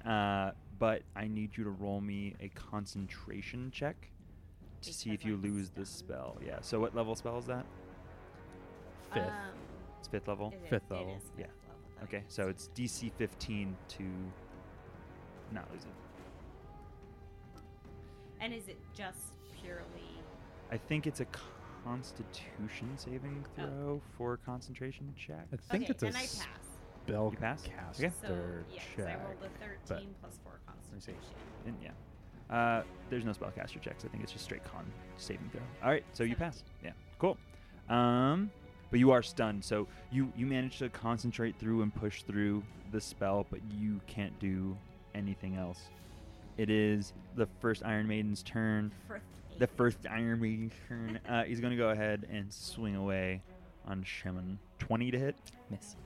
S1: Uh, but I need you to roll me a concentration check to see if
S3: Because
S1: you
S3: I'm
S1: lose this
S3: stunned.
S1: spell. Yeah. So what level spell is that?
S2: Fifth.
S3: Um,
S1: It's fifth level.
S3: it is-
S2: Fifth
S3: it
S2: level.
S3: is fifth
S1: Yeah.
S3: level that I
S1: Okay.
S3: used.
S1: So it's DC 15 to not lose it.
S3: And is it just purely?
S1: I think it's a Constitution saving
S3: Oh.
S1: throw for concentration check.
S2: I think
S3: okay,
S2: it's a
S3: then I pass.
S2: spell
S1: You pass?
S2: cast.
S1: Okay.
S3: So
S2: Third
S3: yes,
S2: check.
S3: I rolled a
S2: but-
S3: thirteen plus four
S1: me see.
S3: Constitution.
S1: And yeah. Uh, there's no spellcaster checks. I think it's just straight con saving throw. All right, so you pass. Yeah, cool. Um, but you are stunned, so you you manage to concentrate through and push through the spell, but you can't do anything else. It is the first Iron Maiden's turn.
S3: Firth
S1: The
S3: eight.
S1: first Iron Maiden's turn. Uh, he's gonna go ahead and swing away on Shimon. Twenty to hit.
S5: Miss.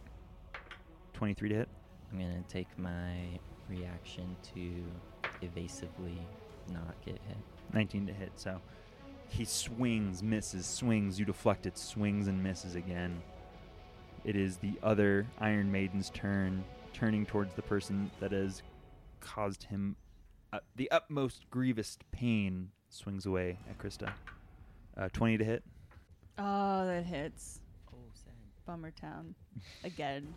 S1: Twenty-three to hit.
S5: I'm gonna take my reaction to evasively not get hit.
S1: 19 to hit. So he swings, misses, swings. You deflect it, swings and misses again. It is the other Iron Maiden's turn, turning towards the person that has caused him uh, the utmost grievous pain. Swings away at Krista. Uh, 20 to hit.
S4: Oh, that hits.
S5: Oh, sad.
S4: Bummer Town. Again.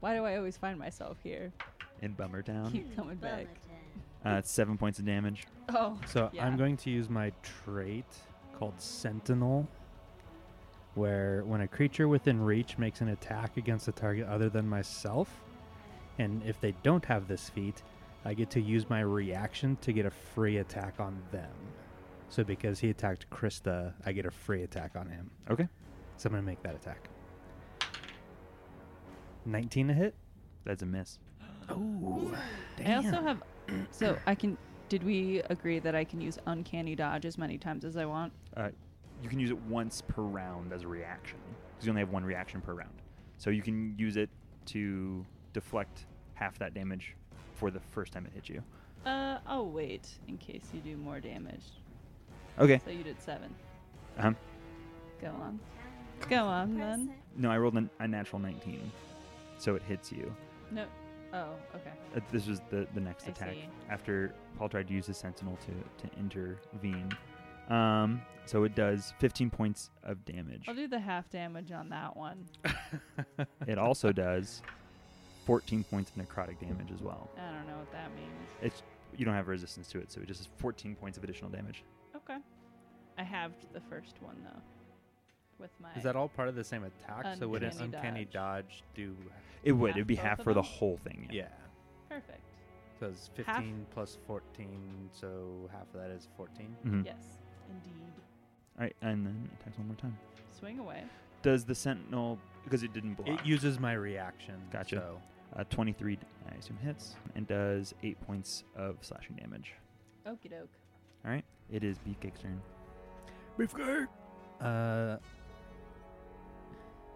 S4: Why do I always find myself here?
S1: in Bummer Town.
S4: Keep coming back.
S1: Uh, it's seven points of damage.
S4: Oh.
S2: So
S4: Yeah.
S2: I'm going to use my trait called Sentinel, where when a creature within reach makes an attack against a target other than myself, and if they don't have this feat, I get to use my reaction to get a free attack on them. So because he attacked Krista, I get a free attack on him.
S1: Okay.
S2: So I'm going to make that attack. 19 to hit?
S1: That's a miss.
S2: Oh,
S4: I also have. So I can. Did we agree that I can use uncanny dodge as many times as I want?
S1: Uh, you can use it once per round as a reaction because you only have one reaction per round. So you can use it to deflect half that damage for the first time it hits you.
S4: Uh, I'll wait in case you do more damage.
S1: Okay.
S4: So you did seven.
S1: Um,
S4: Go on. Go on then.
S1: no, I rolled an, a natural 19, so it hits you.
S4: No. Oh, okay.
S1: Uh, this was the, the next
S4: I
S1: attack
S4: see.
S1: after Paul tried to use his sentinel to, to intervene. Um, so it does 15 points of damage.
S4: I'll do the half damage on that one.
S1: It also does 14 points of necrotic damage as well.
S4: I don't know what that means.
S1: It's you don't have resistance to it, so it just is 14 points of additional damage.
S4: Okay. I halved the first one though. With my
S2: Is that all part of the same attack? so would an
S4: Uncanny
S2: uncanny dodge, do.
S1: It would.
S4: Half
S1: It'd be
S4: both
S1: half
S4: of
S1: for the
S4: them?
S1: whole thing.
S2: yeah.
S4: perfect?
S2: So it's
S4: Half-
S2: 15 plus 14, so half of that is 14.
S1: Mhm.
S4: Yes, indeed.
S1: All right, and then it attacks one more time.
S4: Swing away.
S1: Does the sentinel because it didn't block?
S2: It uses my reaction.
S1: Gotcha.
S2: So
S1: uh, 23, I assume hits, and does eight points of slashing damage.
S4: Okie doke.
S1: All right, it is Beefcake's turn.
S2: Beefcake. Uh,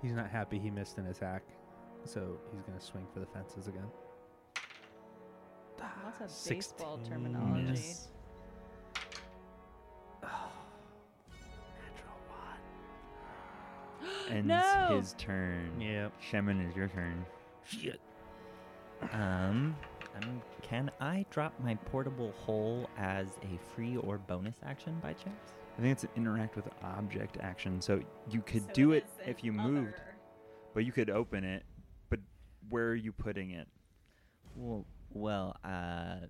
S2: he's not happy he missed an attack, so he's gonna swing for the fences again.
S4: Lots
S2: Ah,
S4: of baseball
S2: 16
S4: terminology.
S1: miss.
S2: Natural one.
S1: Ends
S4: No!
S1: his turn.
S2: Yep.
S1: Shaman is your turn.
S2: Shit.
S5: Um, um, can I drop my portable hole as a free or bonus action by chance?
S1: I think it's an interact with object action, so you could do it if you moved, but you could open it. But where are you putting it?
S5: Well, well, uh,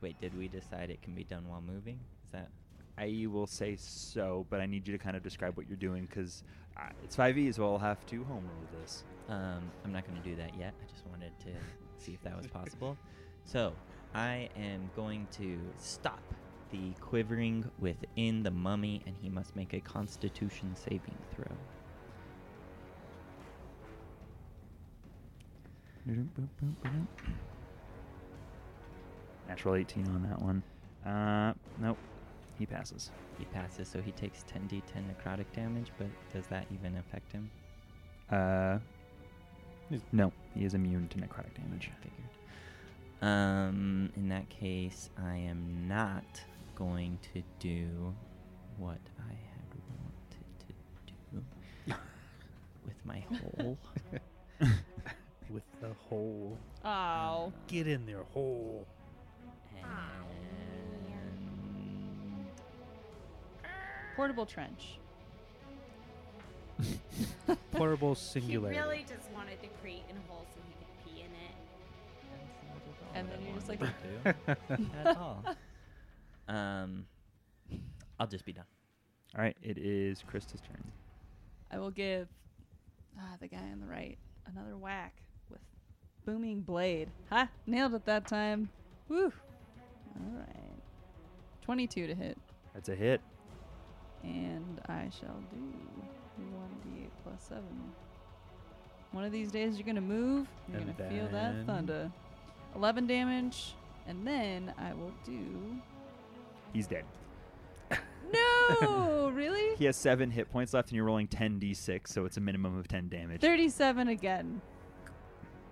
S5: wait, did we decide it can be done while moving? Is that
S1: I will say so, but I need you to kind of describe what you're doing because it's 5e, so I'll have to home rule this.
S5: Um, I'm not going to do that yet. I just wanted to see if that was possible. So I am going to stop the quivering within the mummy, and he must make a Constitution saving throw.
S1: Natural 18 on that one. Uh, nope. He passes.
S5: He passes, so he takes 10d10 necrotic damage. But does that even affect him?
S1: Uh,
S2: He's-
S1: no, he is immune to necrotic damage.
S5: I figured. Um, in that case, I am not going to do what I had wanted to do with my hole.
S2: With the hole.
S4: Oh.
S2: Get in there, hole.
S3: um,
S5: And
S4: Portable trench.
S2: Portable
S3: He
S2: singularity.
S3: really just wanted to create a hole so he could pee in it.
S4: And then you're just like-
S5: at all. Um, I'll just be done.
S1: All right, it is Krista's turn.
S4: I will give ah, the guy on the right another whack with booming blade. Ha! Nailed it that time. Woo! All right. 22 to hit.
S1: That's a hit.
S4: And I shall do 1d8 plus 7. One of these days you're going to move, you're
S2: And
S4: going to feel that
S2: then-
S4: thunder. 11 damage, and then I will do.
S1: He's dead.
S4: No! really?
S1: He has seven hit points left, and you're rolling 10d6, so it's a minimum of 10 damage.
S4: 37 again.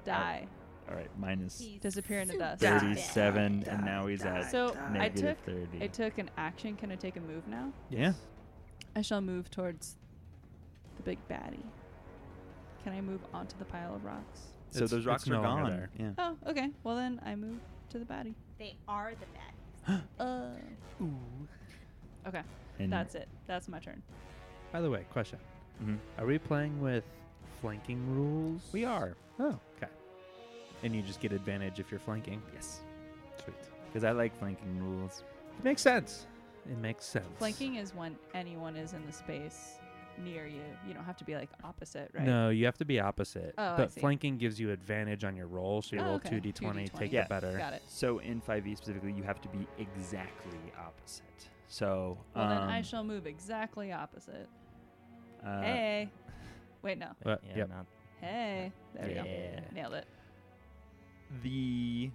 S4: Die.
S1: All right, minus
S3: He's
S4: Disappear into
S3: so
S4: dust.
S3: bad.
S1: 37, and now he's at
S4: So I
S1: negative
S4: took
S1: 30.
S4: I took an action. Can I take a move now?
S1: yeah.
S4: I shall move towards the big baddie. Can I move onto the pile of rocks?
S1: So
S2: It's-
S1: those rocks
S2: it's
S1: are
S2: no longer
S1: gone.
S2: there.
S1: Yeah.
S4: Oh, okay. Well then I move to the baddie.
S3: They are the bad.
S4: Uh.
S2: Ooh.
S4: Okay.
S1: And
S4: That's it. That's my turn.
S2: By the way, question:
S1: Mhm.
S2: Are we playing with flanking rules?
S1: We are.
S2: Oh, okay. And you just get advantage if you're flanking.
S1: Yes.
S2: Sweet.
S1: Because I like flanking rules.
S2: It makes sense. It makes sense.
S4: Flanking is when anyone is in the space near you. You don't have to be like opposite, right?
S2: No, you have to be opposite.
S4: Oh, I
S2: but
S4: see.
S2: flanking gives you advantage on your roll, so you
S4: Oh,
S2: roll
S4: okay.
S2: two d twenty,
S4: 2d20.
S2: take
S1: Yeah.
S2: the better.
S4: Got it.
S1: So in 5e specifically, you have to be exactly opposite. So
S4: Well,
S1: um,
S4: then I shall move exactly opposite.
S1: uh,
S4: hey. Wait, no.
S5: But
S2: Uh,
S5: yeah,
S2: yep.
S5: not-
S4: Hey. There we go.
S5: Yeah.
S4: Nailed it.
S1: the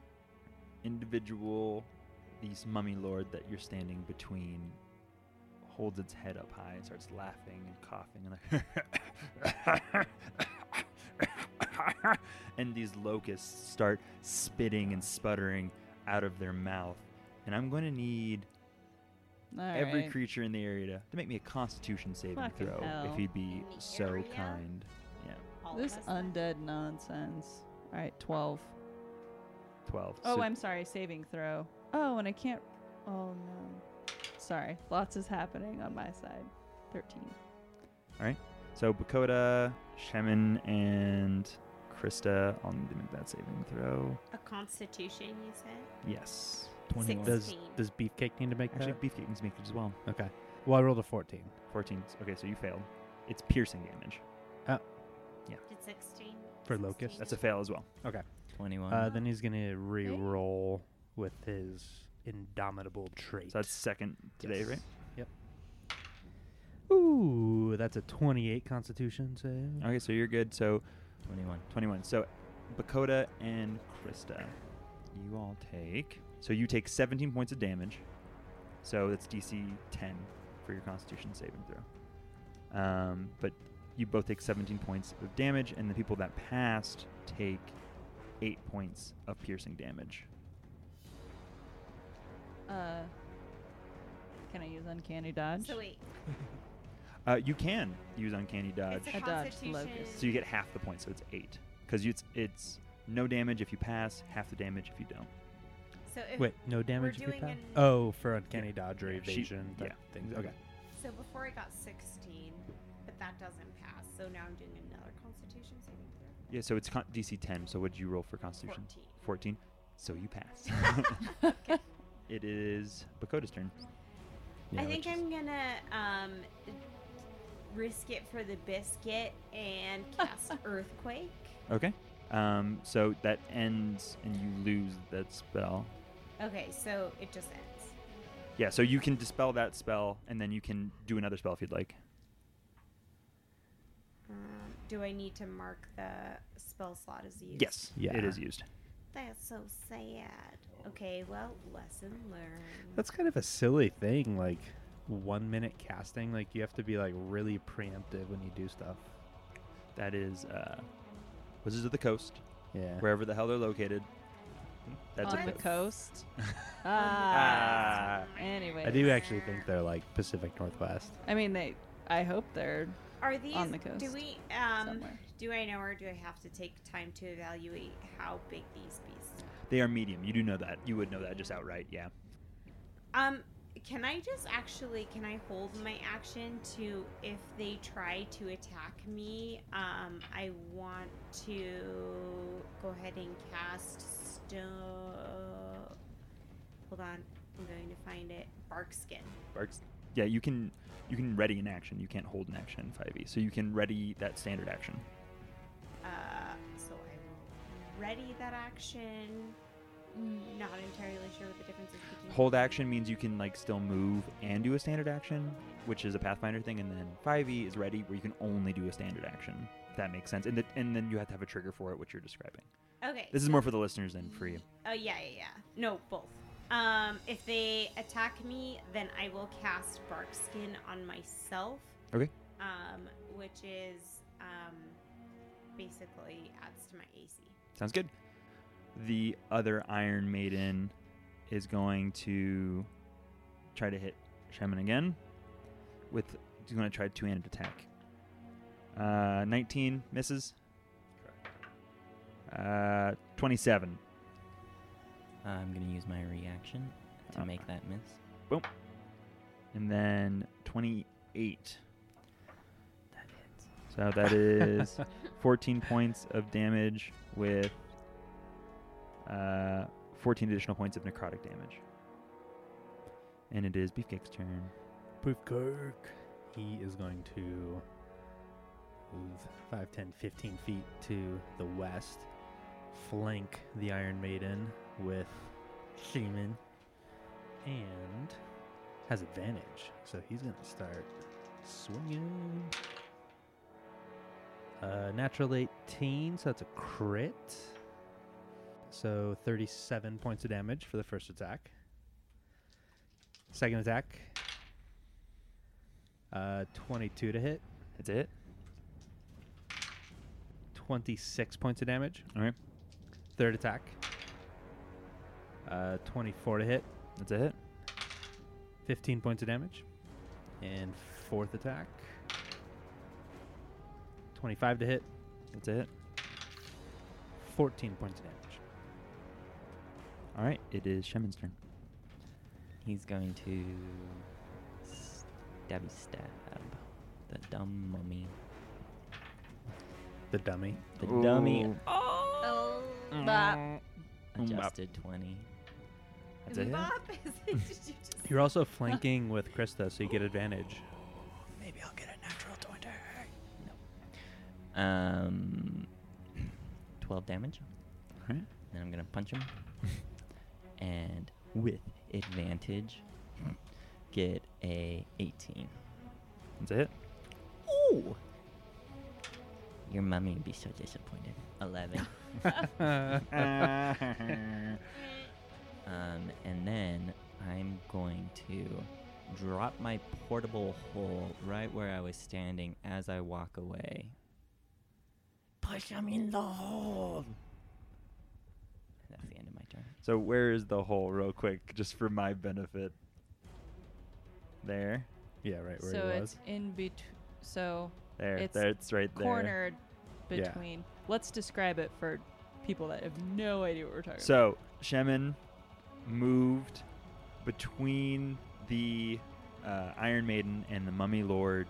S1: individual, this mummy lord that you're standing between, holds its head up high and starts laughing and coughing and like, and these locusts start spitting and sputtering out of their mouth. And I'm going to need
S4: All
S1: every
S4: right.
S1: creature in the area to, to make me a Constitution saving
S4: Fucking
S1: throw
S4: hell.
S1: if he'd be
S3: In the
S1: so
S3: area?
S1: kind. Yeah,
S3: All of
S4: This
S3: us left.
S4: undead nonsense. All right, 12.
S1: twelve.
S4: Oh,
S1: So-
S4: I'm sorry, saving throw. Oh, and I can't. Oh, no. Sorry. Lots is happening on my side. 13.
S1: So Bakoda, Shaman, and Krista all need to make that saving throw.
S3: A constitution, you said?
S1: Yes.
S3: Six.
S5: 21.
S2: Does
S3: 16.
S2: does Beefcake need to make
S1: Actually, Beefcake can make it as well.
S2: that? Okay. Well, I rolled a fourteen.
S1: 14. Okay, so you failed. It's piercing damage.
S3: Did 16?
S2: For Locust?
S1: That's a fail as well.
S5: Twenty-one.
S2: Uh, then he's gonna re-roll with his indomitable trait.
S1: So that's second today,
S2: Yes.
S1: right?
S2: Yep. Ooh, that's a twenty-eight Constitution save.
S1: Okay, so you're good. So
S5: Twenty-one.
S1: 21. So Bakoda and Krista, you all take. So you take 17 points of damage. So that's DC 10 for your Constitution saving throw. Um, but you both take 17 points of damage, and the people that passed take 8 points of piercing damage.
S4: Uh, can I use Uncanny Dodge?
S3: So wait,
S1: Uh, you can use Uncanny Dodge.
S3: it's a
S4: A dodge,
S3: constitution.
S4: locust.
S1: So you get half the points, so it's 8. Because it's, it's no damage if you pass, half the damage if you don't.
S3: So if,
S2: Wait, no damage if you
S3: doing
S2: pass.
S3: an-
S2: Oh, for uncanny dodge or
S1: Yeah, she-
S2: evasion. type
S1: yeah,
S2: things.
S1: exactly.
S2: Okay.
S3: So before I got 16, but that doesn't pass. So now I'm doing another constitution saving throw.
S1: Yeah, so it's con- DC 10. So what'd you roll for Constitution? 14.
S3: 14.
S1: So you pass.
S4: Okay.
S1: it is Bakoda's turn.
S3: I think I'm gonna um, risk it for the biscuit and cast earthquake.
S1: Okay. Um, so that ends and you lose that spell.
S3: Okay, so it just ends.
S1: Yeah, so you can dispel that spell and then you can do another spell if you'd like.
S3: Um, do I need to mark the spell slot as used?
S1: Yes, it
S2: Yeah.
S1: is used.
S3: That's so sad. Okay, well, lesson learned.
S2: That's kind of a silly thing, like one minute casting. Like you have to be like really preemptive when you do stuff.
S1: That is uh, Wizards of the Coast,
S2: Yeah.
S1: wherever the hell they're located. That's
S4: On
S1: a
S4: the
S1: code.
S4: coast.
S3: Ah.
S4: ah.
S2: I do actually think they're like Pacific Northwest.
S4: I mean, they. I hope they're
S3: Are these
S4: on the
S3: Do
S4: coast
S3: we um
S4: somewhere.
S3: do I know or do I have to take time to evaluate how big these beasts are?
S1: They are medium. You do know that. You would know that just outright, yeah.
S3: Um can I just actually can I hold my action to if they try to attack me, um I want to go ahead and cast stone Hold on, I'm going to find it. Bark skin.
S1: Barks. Yeah, you can you can ready an action. You can't hold an action in 5e. So you can ready that standard action.
S3: Uh, so I will ready that action. Not entirely sure what the difference is between
S1: Hold action means you can like still move and do a standard action, which is a Pathfinder thing, and then 5e is ready where you can only do a standard action. If that makes sense. And, the, and then you have to have a trigger for it, which you're describing.
S3: Okay.
S1: This is more for the listeners than for you.
S3: Oh yeah, yeah, yeah. No, both. Um, if they attack me, then I will cast bark skin on myself.
S1: Okay.
S3: Um, which is um, basically adds to my AC.
S1: Sounds good. The other Iron Maiden is going to try to hit Shaman again. With he's going to try two-handed attack. Uh, 19 misses. Uh, 27.
S5: Uh, I'm gonna use my reaction to
S1: Uh,
S5: make that miss.
S1: and then 28. So that is 14 points of damage with uh, 14 additional points of necrotic damage. And it is Beefcake's turn.
S2: Kirk. He is going to move 5, 10, 15 feet to the west, flank the Iron Maiden with Shaman, and has advantage. So he's going to start swinging. Uh, natural 18, so that's a crit. So 37 points of damage for the first attack. Second attack, uh, 22 to hit.
S1: That's it.
S2: 26 points of damage.
S1: All right.
S2: Third attack. Uh, 24 to hit.
S1: That's a hit.
S2: 15 points of damage. And fourth attack. 25 to hit.
S1: That's a hit.
S2: 14 points of damage.
S1: All right. It is Shemin's turn.
S5: He's going to stabby stab the dumb mummy.
S2: The dummy.
S5: The
S2: Mm,
S5: dummy
S3: Oh,
S4: Bop.
S5: adjusted 20.
S1: That's a hit.
S3: Bop, is it? Did you just
S2: You're also flanking with Krista, so you get advantage.
S5: Maybe I'll get a natural 20. No. Um, 12 damage.
S1: All right.
S5: Then I'm going to punch him. and with advantage, get a 18.
S1: That's a hit.
S5: Ooh! Your mummy would be so disappointed. 11. Um, and then I'm going to drop my portable hole right where I was standing as I walk away. Push him in the hole. That's the end of my turn.
S1: So where is the hole, real quick, just for my benefit? There,
S2: yeah, right where
S4: so
S2: he
S4: it's
S2: was.
S4: in between. So
S1: there,
S4: It's
S1: that's right there.
S4: cornered
S2: Yeah.
S4: between. Let's describe it for people that have no idea what we're talking about.
S1: So Shemin moved between the uh, Iron Maiden and the Mummy Lord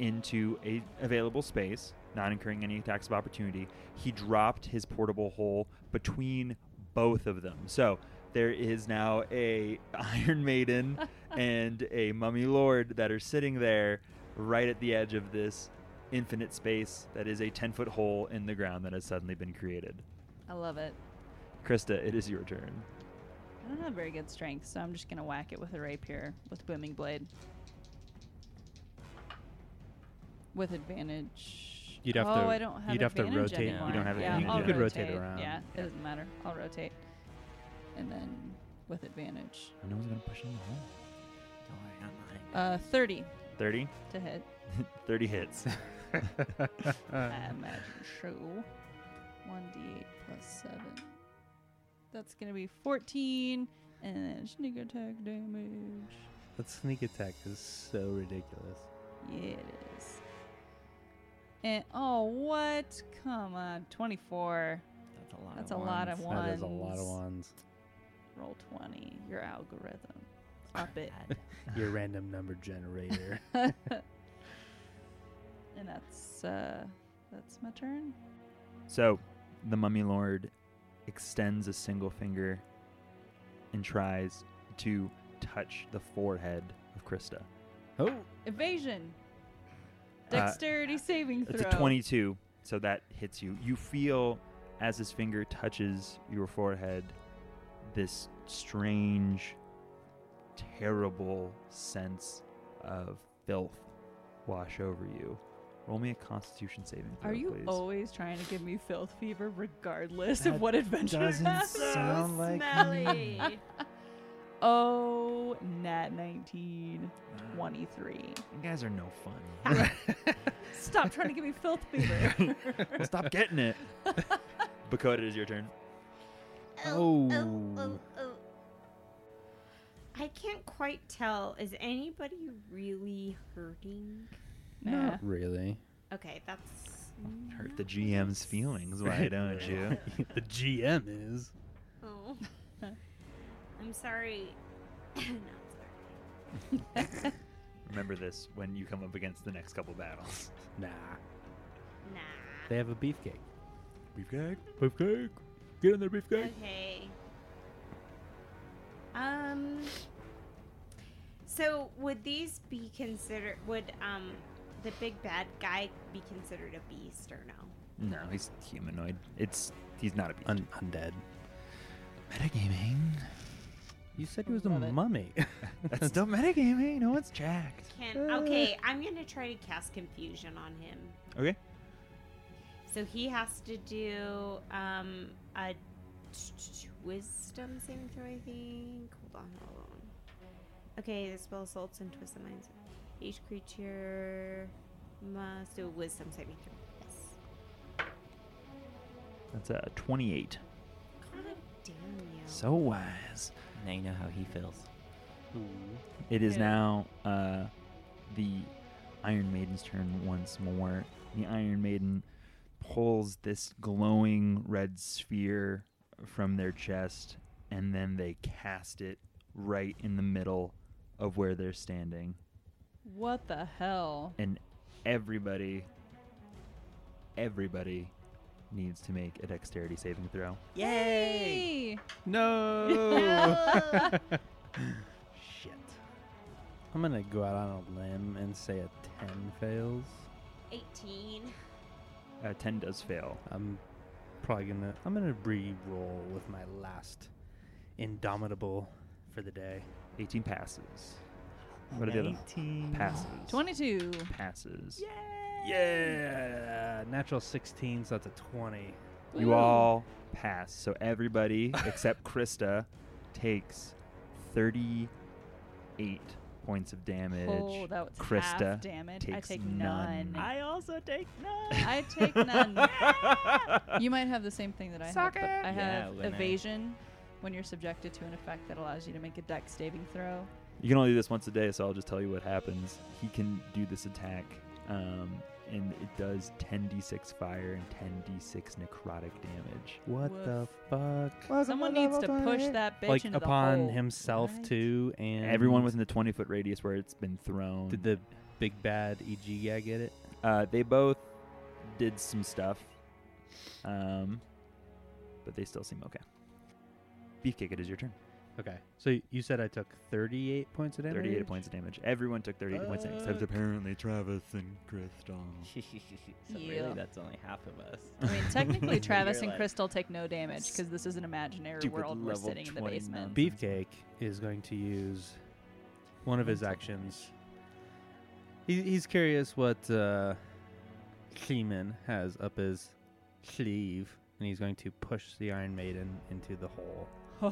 S1: into a available space, not incurring any attacks of opportunity. He dropped his portable hole between both of them. So there is now a Iron Maiden and a Mummy Lord that are sitting there right at the edge of this infinite space that is a 10 foot hole in the ground that has suddenly been created.
S4: I love it.
S1: Krista, it is your turn.
S4: I don't have very good strength, so I'm just gonna whack it with a rapier with booming blade. With advantage.
S2: You'd have
S4: oh,
S2: to-
S4: I don't have
S2: you'd have to
S4: advantage
S2: rotate. You
S4: Anymore.
S1: don't have
S4: yeah,
S1: advantage
S4: I'll
S1: yet. You could
S2: rotate around.
S4: Yeah, it doesn't matter. I'll rotate, and then with advantage,
S1: I know he's gonna push in the hole.
S5: Don't worry, I'm on it.
S4: uh, 30
S1: 30?
S4: to hit.
S1: 30 hits.
S2: Uh.
S4: I imagine so. 1d8 plus 7. That's going to be 14. And then sneak attack damage.
S2: that sneak attack is so ridiculous.
S4: Yeah, it is. And oh, what? Come on. 24.
S5: That's a lot.
S4: That's a
S5: of
S4: lot of
S5: ones.
S4: ones.
S2: That is a lot of ones.
S4: Roll 20. Your algorithm. Up it.
S5: God.
S2: Your random number generator.
S4: And that's, uh, that's my turn.
S1: so, the Mummy Lord extends a single finger and tries to touch the forehead of Krista.
S2: oh,
S4: Evasion.
S1: Uh,
S4: Dexterity saving throw.
S1: It's a 22, so that hits you. You feel as his finger touches your forehead this strange, terrible sense of filth wash over you. Roll me a Constitution saving throw,
S4: Are you
S1: please.
S4: always trying to give me filth fever regardless
S2: That
S4: of what adventure
S2: doesn't
S4: happens?
S2: sound like
S3: smelly.
S4: Oh, nat 19, 23.
S1: You guys are no fun.
S4: Stop trying to give me filth fever.
S1: Well, stop getting it. Bakota, it is your turn.
S3: oh,
S2: Oh.
S3: oh, oh, oh. I can't quite tell. Is anybody really hurting?
S4: nah.
S2: not really.
S3: Okay, that's
S1: Hurt the GM's feelings, why don't you?
S2: the GM is.
S3: Oh, I'm sorry. Not sorry.
S1: Remember this when you come up against the next couple battles.
S2: Nah.
S3: Nah.
S2: They have a beefcake.
S1: Beefcake?
S2: Beefcake. Get in there, beefcake.
S3: Okay. Um. So would these be considered? Would um, the big bad guy be considered a beast or no?
S1: No, he's humanoid. It's he's not a beast.
S2: Un- undead.
S1: metagaming.
S2: You said he was a
S4: Love it.
S2: mummy.
S1: That's still metagaming. No one's jacked.
S3: Can okay.
S1: Uh.
S3: I'm gonna try to cast confusion on him.
S1: Okay.
S3: So he has to do um a wisdom saving throw. I think. Hold on. Hold on. Okay, the spell assaults and twists the minds. Each creature must do a wisdom saving throw. Yes.
S1: That's a 28.
S3: God damn you.
S1: So wise.
S5: Now you know how he feels.
S1: It is
S4: Yeah.
S1: now uh, the Iron Maiden's turn once more. The Iron Maiden pulls this glowing red sphere from their chest, and then they cast it right in the middle of where they're standing.
S4: What the hell?
S1: And everybody, everybody needs to make a dexterity saving throw.
S4: Yay!
S2: No. Shit. I'm gonna go out on a limb and say a ten fails.
S3: 18.
S1: Uh, 10 does fail.
S2: I'm probably gonna I'm gonna re-roll with my last indomitable for the day.
S1: 18 passes. What are the other? Passes.
S4: Twenty-two.
S1: Passes.
S2: Yeah, natural 16, so that's a 20.
S1: You
S4: Ooh.
S1: all pass. So everybody except Krista takes 38 points of damage.
S4: Oh, that was
S1: Krista
S4: half damage. I
S1: takes
S4: take
S1: none.
S4: none.
S1: I
S4: also take none. I take none. you might have the same thing that I have, but I
S5: Yeah,
S4: have
S5: when I-
S4: evasion when you're subjected to an effect that allows you to make a dex saving throw.
S1: You can only do this once a day, so I'll just tell you what happens. He can do this attack, um, and it does 10d6 fire and 10d6 necrotic damage.
S2: What the fuck?
S4: Someone needs to push that bitch
S2: Like
S4: into the
S2: upon
S4: hole.
S2: himself
S4: Right.
S2: too, and
S1: Everyone within the 20 foot radius where it's been thrown.
S2: did the big bad EG guy get it?
S1: Uh, they both did some stuff, um, but they still seem okay. Beefcake, it is your turn.
S2: Okay, so y- you said I took 38 points of damage.
S1: 38 points of damage. Uh, Everyone took 38 points of damage. except
S2: Fuck.
S7: Apparently, Travis and Crystal.
S5: so
S4: Yeah.
S5: really, that's only half of us.
S4: I mean, technically, Travis
S5: You're
S4: and
S5: like-
S4: Crystal take no damage because this is an imaginary
S1: Stupid
S4: world. We're
S1: level
S4: sitting in the
S1: 20
S4: basement.
S1: nonsense.
S2: Beefcake is going to use one of his actions. He, he's curious what uh, Kleeman has up his sleeve, and he's going to push the Iron Maiden into the hole.
S1: uh,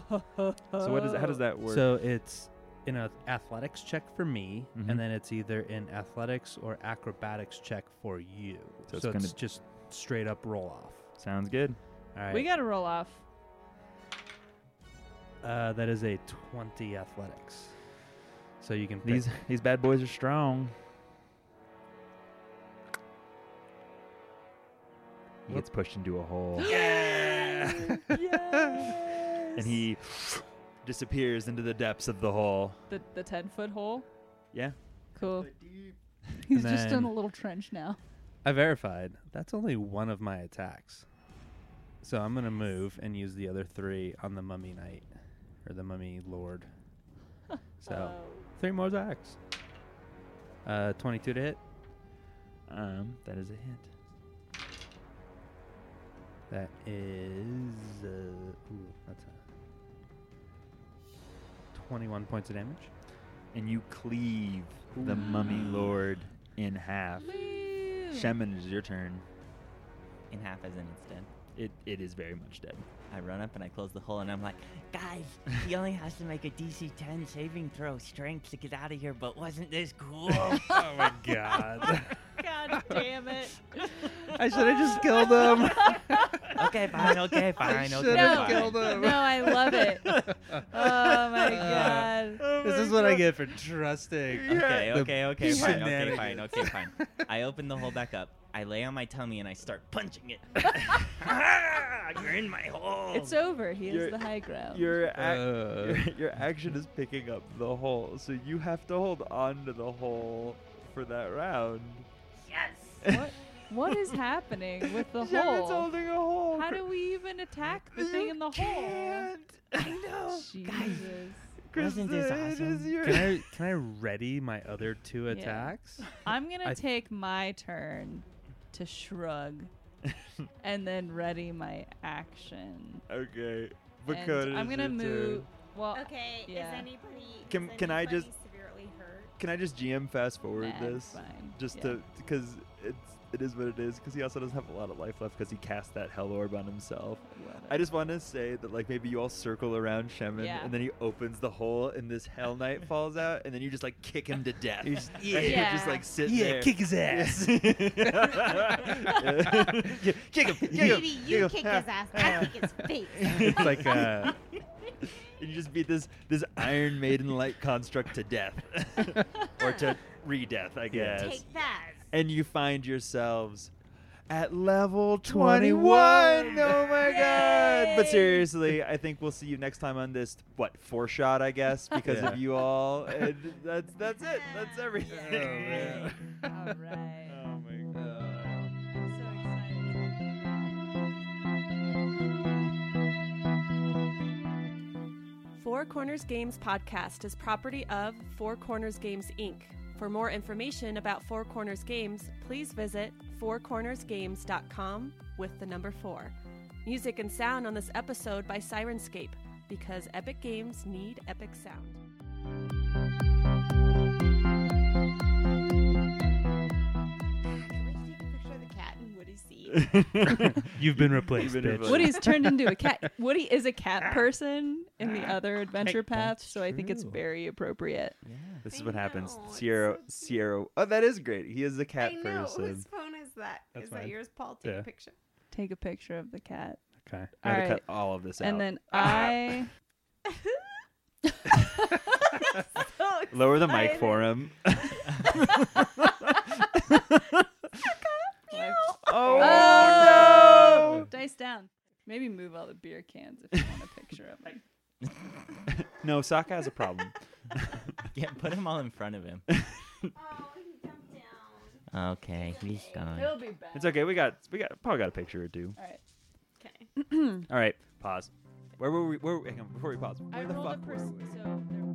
S1: So what is how does that work?
S2: So it's an ath- athletics check for me,
S1: Mhm.
S2: and then it's either an athletics or acrobatics check for you.
S1: So
S2: So,
S1: it's
S2: it's,
S1: gonna-
S2: just straight up roll off.
S1: Sounds good.
S2: All right.
S4: We got to roll off.
S2: uh, that is a 20 athletics. So you can pick
S1: These these bad boys are strong. He gets pushed into a hole,
S4: yes.
S1: and he disappears into the depths of the hole.
S4: the the ten foot hole.
S1: Yeah.
S4: Cool. He's
S2: And
S4: just in
S2: then-
S4: a little trench now.
S2: I verified. That's only one of my attacks. So I'm going to move and use the other three on the mummy knight or the mummy lord. So three more attacks. Uh, 22 to hit.
S1: Um, that is a hit.
S2: That is. Uh, ooh, that's a 21 points of damage.
S1: And you cleave the mummy lord in half. Shaman, it is your turn.
S5: In half as in it's dead.
S1: It it is very much dead.
S5: I run up and I close the hole and I'm like, guys, he only has to make a DC 10 saving throw strength to get out of here, but wasn't this cool?
S2: Oh my god.
S4: God damn it.
S2: I should have just killed him.
S5: okay, fine, okay, fine, okay,
S2: should've
S5: fine.
S2: killed him.
S4: No, I love it. Oh my
S1: Uh,
S4: Oh god.
S1: oh.
S2: this is what I get for trusting.
S5: Okay,
S2: The
S5: okay, okay, fine, okay,
S2: shenanigans.
S5: fine, okay, fine. I open the hole back up. I lay on my tummy and I start punching it. You're in my hole.
S4: It's over. He
S1: You're-
S4: has the high ground.
S1: Your, ac-
S2: Uh.
S1: your your action is picking up the hole, so you have to hold on to the hole for that round.
S3: Yes!
S4: what What is happening with the
S1: Sharon's
S4: hole?
S1: holding a hole.
S4: How do we even attack the
S1: You
S4: thing in the hole?
S1: can't. I know.
S4: Jesus.
S5: Wasn't this
S1: Krista, it is
S5: awesome?
S1: your-
S2: Can I can I ready my other two
S4: Yeah.
S2: attacks?
S4: I'm gonna
S2: I-
S4: take my turn to shrug and then ready my action.
S1: okay.
S4: And
S1: Bakota,
S4: I'm
S1: it's
S4: gonna
S1: your
S4: move.
S1: turn.
S4: Well,
S3: Okay.
S4: Yeah.
S3: Is anybody?
S1: Can-
S3: is
S1: can I
S3: anybody
S1: just-
S3: severely hurt?
S1: Can I just GM fast forward
S4: nah, it's
S1: this?
S4: fine.
S1: Just
S4: Yeah.
S1: to because it's it is what it is. Because he also doesn't have a lot of life left because he cast that hell orb on himself. I just want to say that like maybe you all circle around Shemin
S4: Yeah.
S1: and then he opens the hole and this hell knight falls out and then you just like kick him to death.
S2: You just-
S1: And he'll
S4: Yeah.
S1: just like sit there.
S2: his
S1: Yeah, kick him. Kick him.
S3: Maybe you
S1: him.
S3: kick his ass. I kick his face.
S1: it's like uh, you just beat this this Iron Maiden like construct to death, or to re-death, I guess.
S3: Take that.
S1: And you find yourselves at level 21. Oh my god. But
S4: Yay.
S1: seriously, I think we'll see you next time on this what, four shot, I guess, because of
S2: Yeah.
S1: you all. And that's that's it. That's everything.
S2: Oh, man.
S4: All right.
S1: Oh my god.
S4: I'm so excited.
S8: Four Corners Games podcast is property of Four Corners Games Inc. For more information about Four Corners Games, please visit fourcornersgames.com with the number 4. Music and sound on this episode by Sirenscape because epic games need epic sound.
S3: Can we take a picture of the cat and Woody see?
S2: You've been replaced,
S1: You've been
S2: bitch.
S1: replaced.
S4: Woody's turned into a cat. Woody is a cat person in
S1: Ah,
S4: the other adventure
S5: Like, that's
S4: path, so I think it's
S5: true.
S4: very appropriate.
S5: Yeah.
S1: This is
S3: I
S1: what happens.
S3: know, it's
S1: Sierra
S3: so cute.
S1: Sierra Oh, that is great. He is a cat
S3: I know.
S1: person.
S3: Whose phone is that? Is
S2: That's
S3: that
S2: mine.
S3: yours, Paul? Take
S2: Yeah.
S3: a picture.
S4: Take a picture of the cat.
S2: Okay.
S1: I had to
S4: Alright.
S1: cut all of this
S4: And
S1: out. Ah.
S4: then I
S1: Lower the mic for him. Oh,
S4: Oh, dice down. Maybe move all the beer cans if you want a picture of them.
S1: no, Sokka has a problem.
S5: Yeah, put them all in front of him.
S3: Oh, he jumped down.
S5: Okay, he's gone.
S4: He'll be back.
S1: It's okay. We got we got Paul got a picture or two.
S4: All right.
S3: Okay.
S1: All right, pause. Where were we? Where, hang on, before we pause, where
S4: I
S1: the
S4: rolled a
S1: fuck were
S4: person.
S1: we?
S4: So there